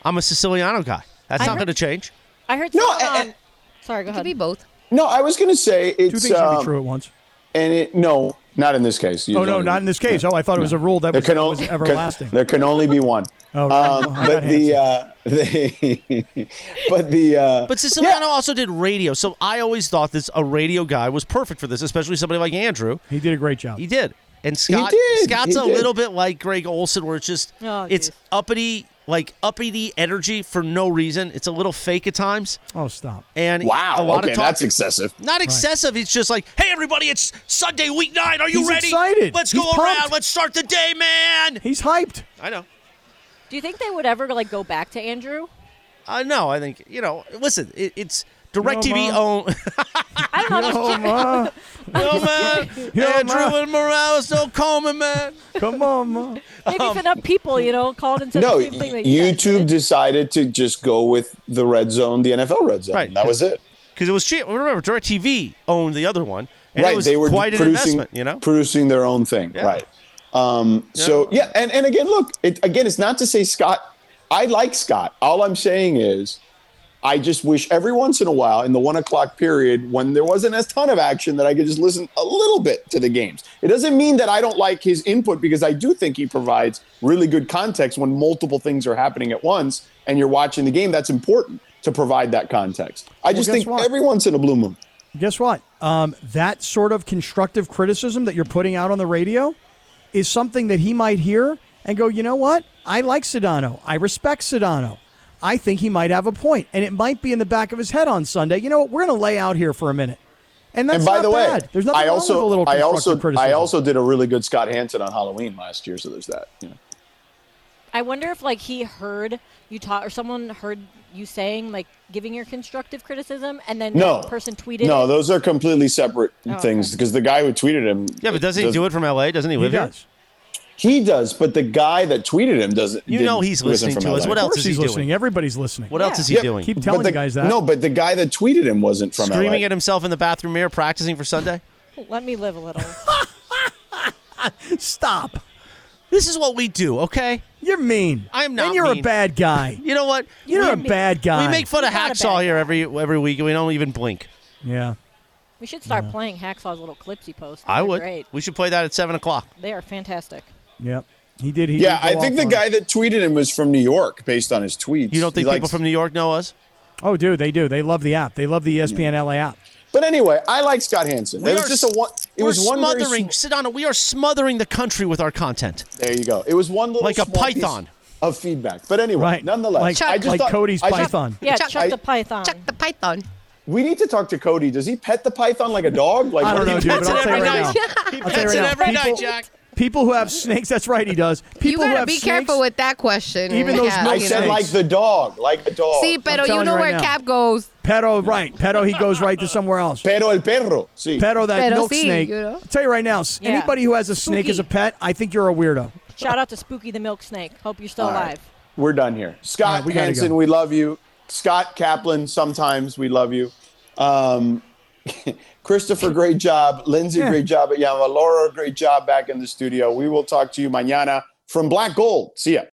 [SPEAKER 1] I'm a Siciliano guy. That's
[SPEAKER 4] I
[SPEAKER 1] not
[SPEAKER 4] heard-
[SPEAKER 1] going to change.
[SPEAKER 4] I heard
[SPEAKER 5] No,
[SPEAKER 4] someone
[SPEAKER 5] I-
[SPEAKER 4] on- Sorry, go
[SPEAKER 3] Could
[SPEAKER 4] ahead.
[SPEAKER 3] be both.
[SPEAKER 5] No, I was gonna say
[SPEAKER 2] Two
[SPEAKER 5] it's
[SPEAKER 2] things can
[SPEAKER 5] um,
[SPEAKER 2] be true at once.
[SPEAKER 5] and it no, not in this case. You
[SPEAKER 2] Oh no,
[SPEAKER 5] don't-
[SPEAKER 2] not in this case. Oh, I thought it was a rule that
[SPEAKER 5] There
[SPEAKER 2] was,
[SPEAKER 5] can
[SPEAKER 2] that
[SPEAKER 5] only
[SPEAKER 2] was everlasting.
[SPEAKER 5] there can only be one.
[SPEAKER 2] Oh, right.
[SPEAKER 5] Um,
[SPEAKER 2] I got
[SPEAKER 5] but the, uh, the but the uh,
[SPEAKER 1] But Siciliano also did radio, so I always thought this a radio guy was perfect for this, especially somebody like Andrew.
[SPEAKER 2] he did a great job.
[SPEAKER 1] He did. And Scott
[SPEAKER 5] did.
[SPEAKER 1] Scott's
[SPEAKER 5] He
[SPEAKER 1] a
[SPEAKER 5] did.
[SPEAKER 1] little bit like Greg Olson where it's just
[SPEAKER 4] Oh,
[SPEAKER 1] it's
[SPEAKER 4] geez.
[SPEAKER 1] uppity like uppity energy for no reason. It's a little fake at times.
[SPEAKER 2] Oh, stop.
[SPEAKER 1] And
[SPEAKER 5] wow,
[SPEAKER 1] a lot
[SPEAKER 5] okay,
[SPEAKER 1] of talk.
[SPEAKER 5] that's excessive.
[SPEAKER 1] not excessive. It's just like, hey everybody, it's Sunday week nine. Are you
[SPEAKER 2] He's
[SPEAKER 1] ready?
[SPEAKER 2] excited.
[SPEAKER 1] Let's
[SPEAKER 2] He's
[SPEAKER 1] go around.
[SPEAKER 2] pumped.
[SPEAKER 1] Let's start the day, man.
[SPEAKER 2] He's hyped.
[SPEAKER 1] I know.
[SPEAKER 4] Do you think they would ever like go back to Andrew?
[SPEAKER 1] I know. I think you know. Listen, it, it's DirecTV
[SPEAKER 2] Mom.
[SPEAKER 1] own.
[SPEAKER 4] I don't know.
[SPEAKER 2] Come on,
[SPEAKER 1] Yo, man.
[SPEAKER 2] Yo,
[SPEAKER 1] Andrew
[SPEAKER 2] man.
[SPEAKER 1] and Morales, don't call me, man.
[SPEAKER 2] come on, Ma.
[SPEAKER 4] Maybe it's enough people, you know, called into
[SPEAKER 5] No,
[SPEAKER 4] the same thing that you guys
[SPEAKER 5] YouTube
[SPEAKER 4] did.
[SPEAKER 5] decided to just go with the red zone, the NFL red zone.
[SPEAKER 1] Right.
[SPEAKER 5] That was it.
[SPEAKER 1] Because it was cheap. Remember, DirecTV owned the other one. And
[SPEAKER 5] right,
[SPEAKER 1] It was
[SPEAKER 5] they were
[SPEAKER 1] quite an
[SPEAKER 5] producing,
[SPEAKER 1] investment, you know.
[SPEAKER 5] producing their own thing,
[SPEAKER 1] Yeah.
[SPEAKER 5] right? Um, So yeah, and, and again, look, it, again, it's not to say Scott. I like Scott. All I'm saying is, I just wish every once in a while in the one o'clock period when there wasn't a ton of action that I could just listen a little bit to the games. It doesn't mean that I don't like his input because I do think he provides really good context when multiple things are happening at once and you're watching the game. That's important to provide that context. I
[SPEAKER 2] Well,
[SPEAKER 5] just
[SPEAKER 2] guess
[SPEAKER 5] think
[SPEAKER 2] what?
[SPEAKER 5] every once in a blue moon.
[SPEAKER 2] Guess what? Um, that sort of constructive criticism that you're putting out on the radio is something that he might hear and go, you know what? I like Sedano. I respect Sedano. I think he might have a point, and it might be in the back of his head on Sunday. You know what? We're going to lay out here for a minute, and that's
[SPEAKER 5] and by
[SPEAKER 2] not
[SPEAKER 5] the way,
[SPEAKER 2] bad. There's nothing
[SPEAKER 5] I also
[SPEAKER 2] wrong with a little
[SPEAKER 5] I
[SPEAKER 2] constructive
[SPEAKER 5] also
[SPEAKER 2] criticism.
[SPEAKER 5] I also did a really good Scott Hansen on Halloween last year, so there's that. You know.
[SPEAKER 4] I wonder if like he heard you talk or someone heard you saying like giving your constructive criticism and then
[SPEAKER 5] No
[SPEAKER 4] the person tweeted.
[SPEAKER 5] No,
[SPEAKER 4] it.
[SPEAKER 5] those are completely separate
[SPEAKER 4] Oh, okay.
[SPEAKER 5] things because the guy who tweeted him.
[SPEAKER 1] Yeah, but doesn't he do it from L.A.? Doesn't he live here?
[SPEAKER 5] He does, but the guy that tweeted him doesn't.
[SPEAKER 1] You
[SPEAKER 5] didn't-
[SPEAKER 1] know he's
[SPEAKER 5] wasn't from
[SPEAKER 1] listening to us.
[SPEAKER 5] LA.
[SPEAKER 1] What
[SPEAKER 2] Of
[SPEAKER 1] else
[SPEAKER 2] course
[SPEAKER 1] is he
[SPEAKER 2] he's
[SPEAKER 1] doing?
[SPEAKER 2] listening. Everybody's listening.
[SPEAKER 1] What else is he
[SPEAKER 5] Yeah.
[SPEAKER 1] doing?
[SPEAKER 2] Keep
[SPEAKER 5] But
[SPEAKER 2] telling
[SPEAKER 5] the-
[SPEAKER 2] you guys that.
[SPEAKER 5] No, but the guy that tweeted him wasn't from
[SPEAKER 1] Screaming
[SPEAKER 5] LA.
[SPEAKER 1] at himself in the bathroom mirror, practicing for Sunday.
[SPEAKER 4] Let me live a little.
[SPEAKER 2] Stop.
[SPEAKER 1] This is what we do, okay?
[SPEAKER 2] You're mean.
[SPEAKER 1] I am not
[SPEAKER 2] And you're
[SPEAKER 1] mean.
[SPEAKER 2] a bad guy.
[SPEAKER 1] You know what?
[SPEAKER 2] You're a
[SPEAKER 1] We-
[SPEAKER 2] bad guy.
[SPEAKER 1] We make fun of
[SPEAKER 4] He's not a
[SPEAKER 1] Hacksaw
[SPEAKER 4] bad
[SPEAKER 1] here every every week, and we don't even blink.
[SPEAKER 2] Yeah.
[SPEAKER 4] we should start playing Hacksaw's little clips he posts.
[SPEAKER 1] I
[SPEAKER 4] They're
[SPEAKER 1] would.
[SPEAKER 4] Great.
[SPEAKER 1] We should play that at seven o'clock.
[SPEAKER 4] They are fantastic.
[SPEAKER 2] Yep. He did. He
[SPEAKER 5] yeah,
[SPEAKER 2] did
[SPEAKER 5] I
[SPEAKER 2] go
[SPEAKER 5] think
[SPEAKER 2] off
[SPEAKER 5] the
[SPEAKER 2] on-
[SPEAKER 5] guy that tweeted him was from New York, based on his tweets.
[SPEAKER 1] You don't think
[SPEAKER 5] He
[SPEAKER 1] people
[SPEAKER 5] likes-
[SPEAKER 1] from New York know us?
[SPEAKER 2] Oh, dude, they do. They love the app. They love the E ESPN LA app.
[SPEAKER 5] But anyway, I like Scott Hansen.
[SPEAKER 1] We
[SPEAKER 5] It was
[SPEAKER 1] are
[SPEAKER 5] just a one. It
[SPEAKER 1] We're
[SPEAKER 5] was one very
[SPEAKER 1] smothering.
[SPEAKER 5] sm-
[SPEAKER 1] Sedano, we are smothering the country with our content.
[SPEAKER 5] there you go. It was one little
[SPEAKER 1] Like a
[SPEAKER 5] small piece
[SPEAKER 1] python.
[SPEAKER 5] of feedback. But anyway,
[SPEAKER 2] Right.
[SPEAKER 5] nonetheless,
[SPEAKER 2] Like,
[SPEAKER 5] I just
[SPEAKER 2] like
[SPEAKER 5] thought-
[SPEAKER 2] Cody's
[SPEAKER 5] I just-
[SPEAKER 2] Python.
[SPEAKER 4] Yeah,
[SPEAKER 3] Chuck-
[SPEAKER 4] Chuck,
[SPEAKER 5] I-
[SPEAKER 4] the Python.
[SPEAKER 3] Chuck the Python.
[SPEAKER 5] we need to talk to Cody. Does he pet the python like a dog? Like
[SPEAKER 2] I don't
[SPEAKER 5] what
[SPEAKER 2] know,
[SPEAKER 5] do you-
[SPEAKER 2] dude, but I'll tell you
[SPEAKER 1] every
[SPEAKER 2] right now.
[SPEAKER 1] night.
[SPEAKER 2] I'll tell you
[SPEAKER 1] pets
[SPEAKER 2] right
[SPEAKER 1] it
[SPEAKER 2] now.
[SPEAKER 1] every night,
[SPEAKER 2] people,
[SPEAKER 1] Jack.
[SPEAKER 2] people who have snakes, that's right, he does. People
[SPEAKER 3] you
[SPEAKER 2] who
[SPEAKER 3] gotta
[SPEAKER 2] have
[SPEAKER 3] be
[SPEAKER 2] snakes,
[SPEAKER 3] careful with that question.
[SPEAKER 2] Even those
[SPEAKER 3] yeah,
[SPEAKER 2] milk
[SPEAKER 5] I
[SPEAKER 3] you know.
[SPEAKER 5] said like the dog, like the dog.
[SPEAKER 3] See, pero
[SPEAKER 2] telling
[SPEAKER 3] you
[SPEAKER 2] you
[SPEAKER 3] know
[SPEAKER 2] right
[SPEAKER 3] where
[SPEAKER 2] now.
[SPEAKER 3] Cap goes.
[SPEAKER 2] Pedo, right. Pedo, he goes right to somewhere else.
[SPEAKER 5] Pero el perro. See.
[SPEAKER 2] Pedo, that
[SPEAKER 3] Pero
[SPEAKER 2] milk
[SPEAKER 3] sí,
[SPEAKER 2] snake.
[SPEAKER 3] you know?
[SPEAKER 2] I'll tell you right now, s-
[SPEAKER 4] Yeah.
[SPEAKER 2] anybody who has a snake as a
[SPEAKER 4] Spooky.
[SPEAKER 2] pet, I think you're a weirdo.
[SPEAKER 4] Shout out to Spooky the Milk Snake. Hope you're still
[SPEAKER 5] All right.
[SPEAKER 4] alive.
[SPEAKER 5] We're done here. Scott
[SPEAKER 2] right, we gotta
[SPEAKER 5] Hansen,
[SPEAKER 2] go.
[SPEAKER 5] we love you. Scott Kaplan, sometimes we love you. Um, Christopher, great job. Lindsay,
[SPEAKER 2] Yeah.
[SPEAKER 5] great job at Yama. Laura, great job back in the studio. We will talk to you mañana from Black Gold. See ya.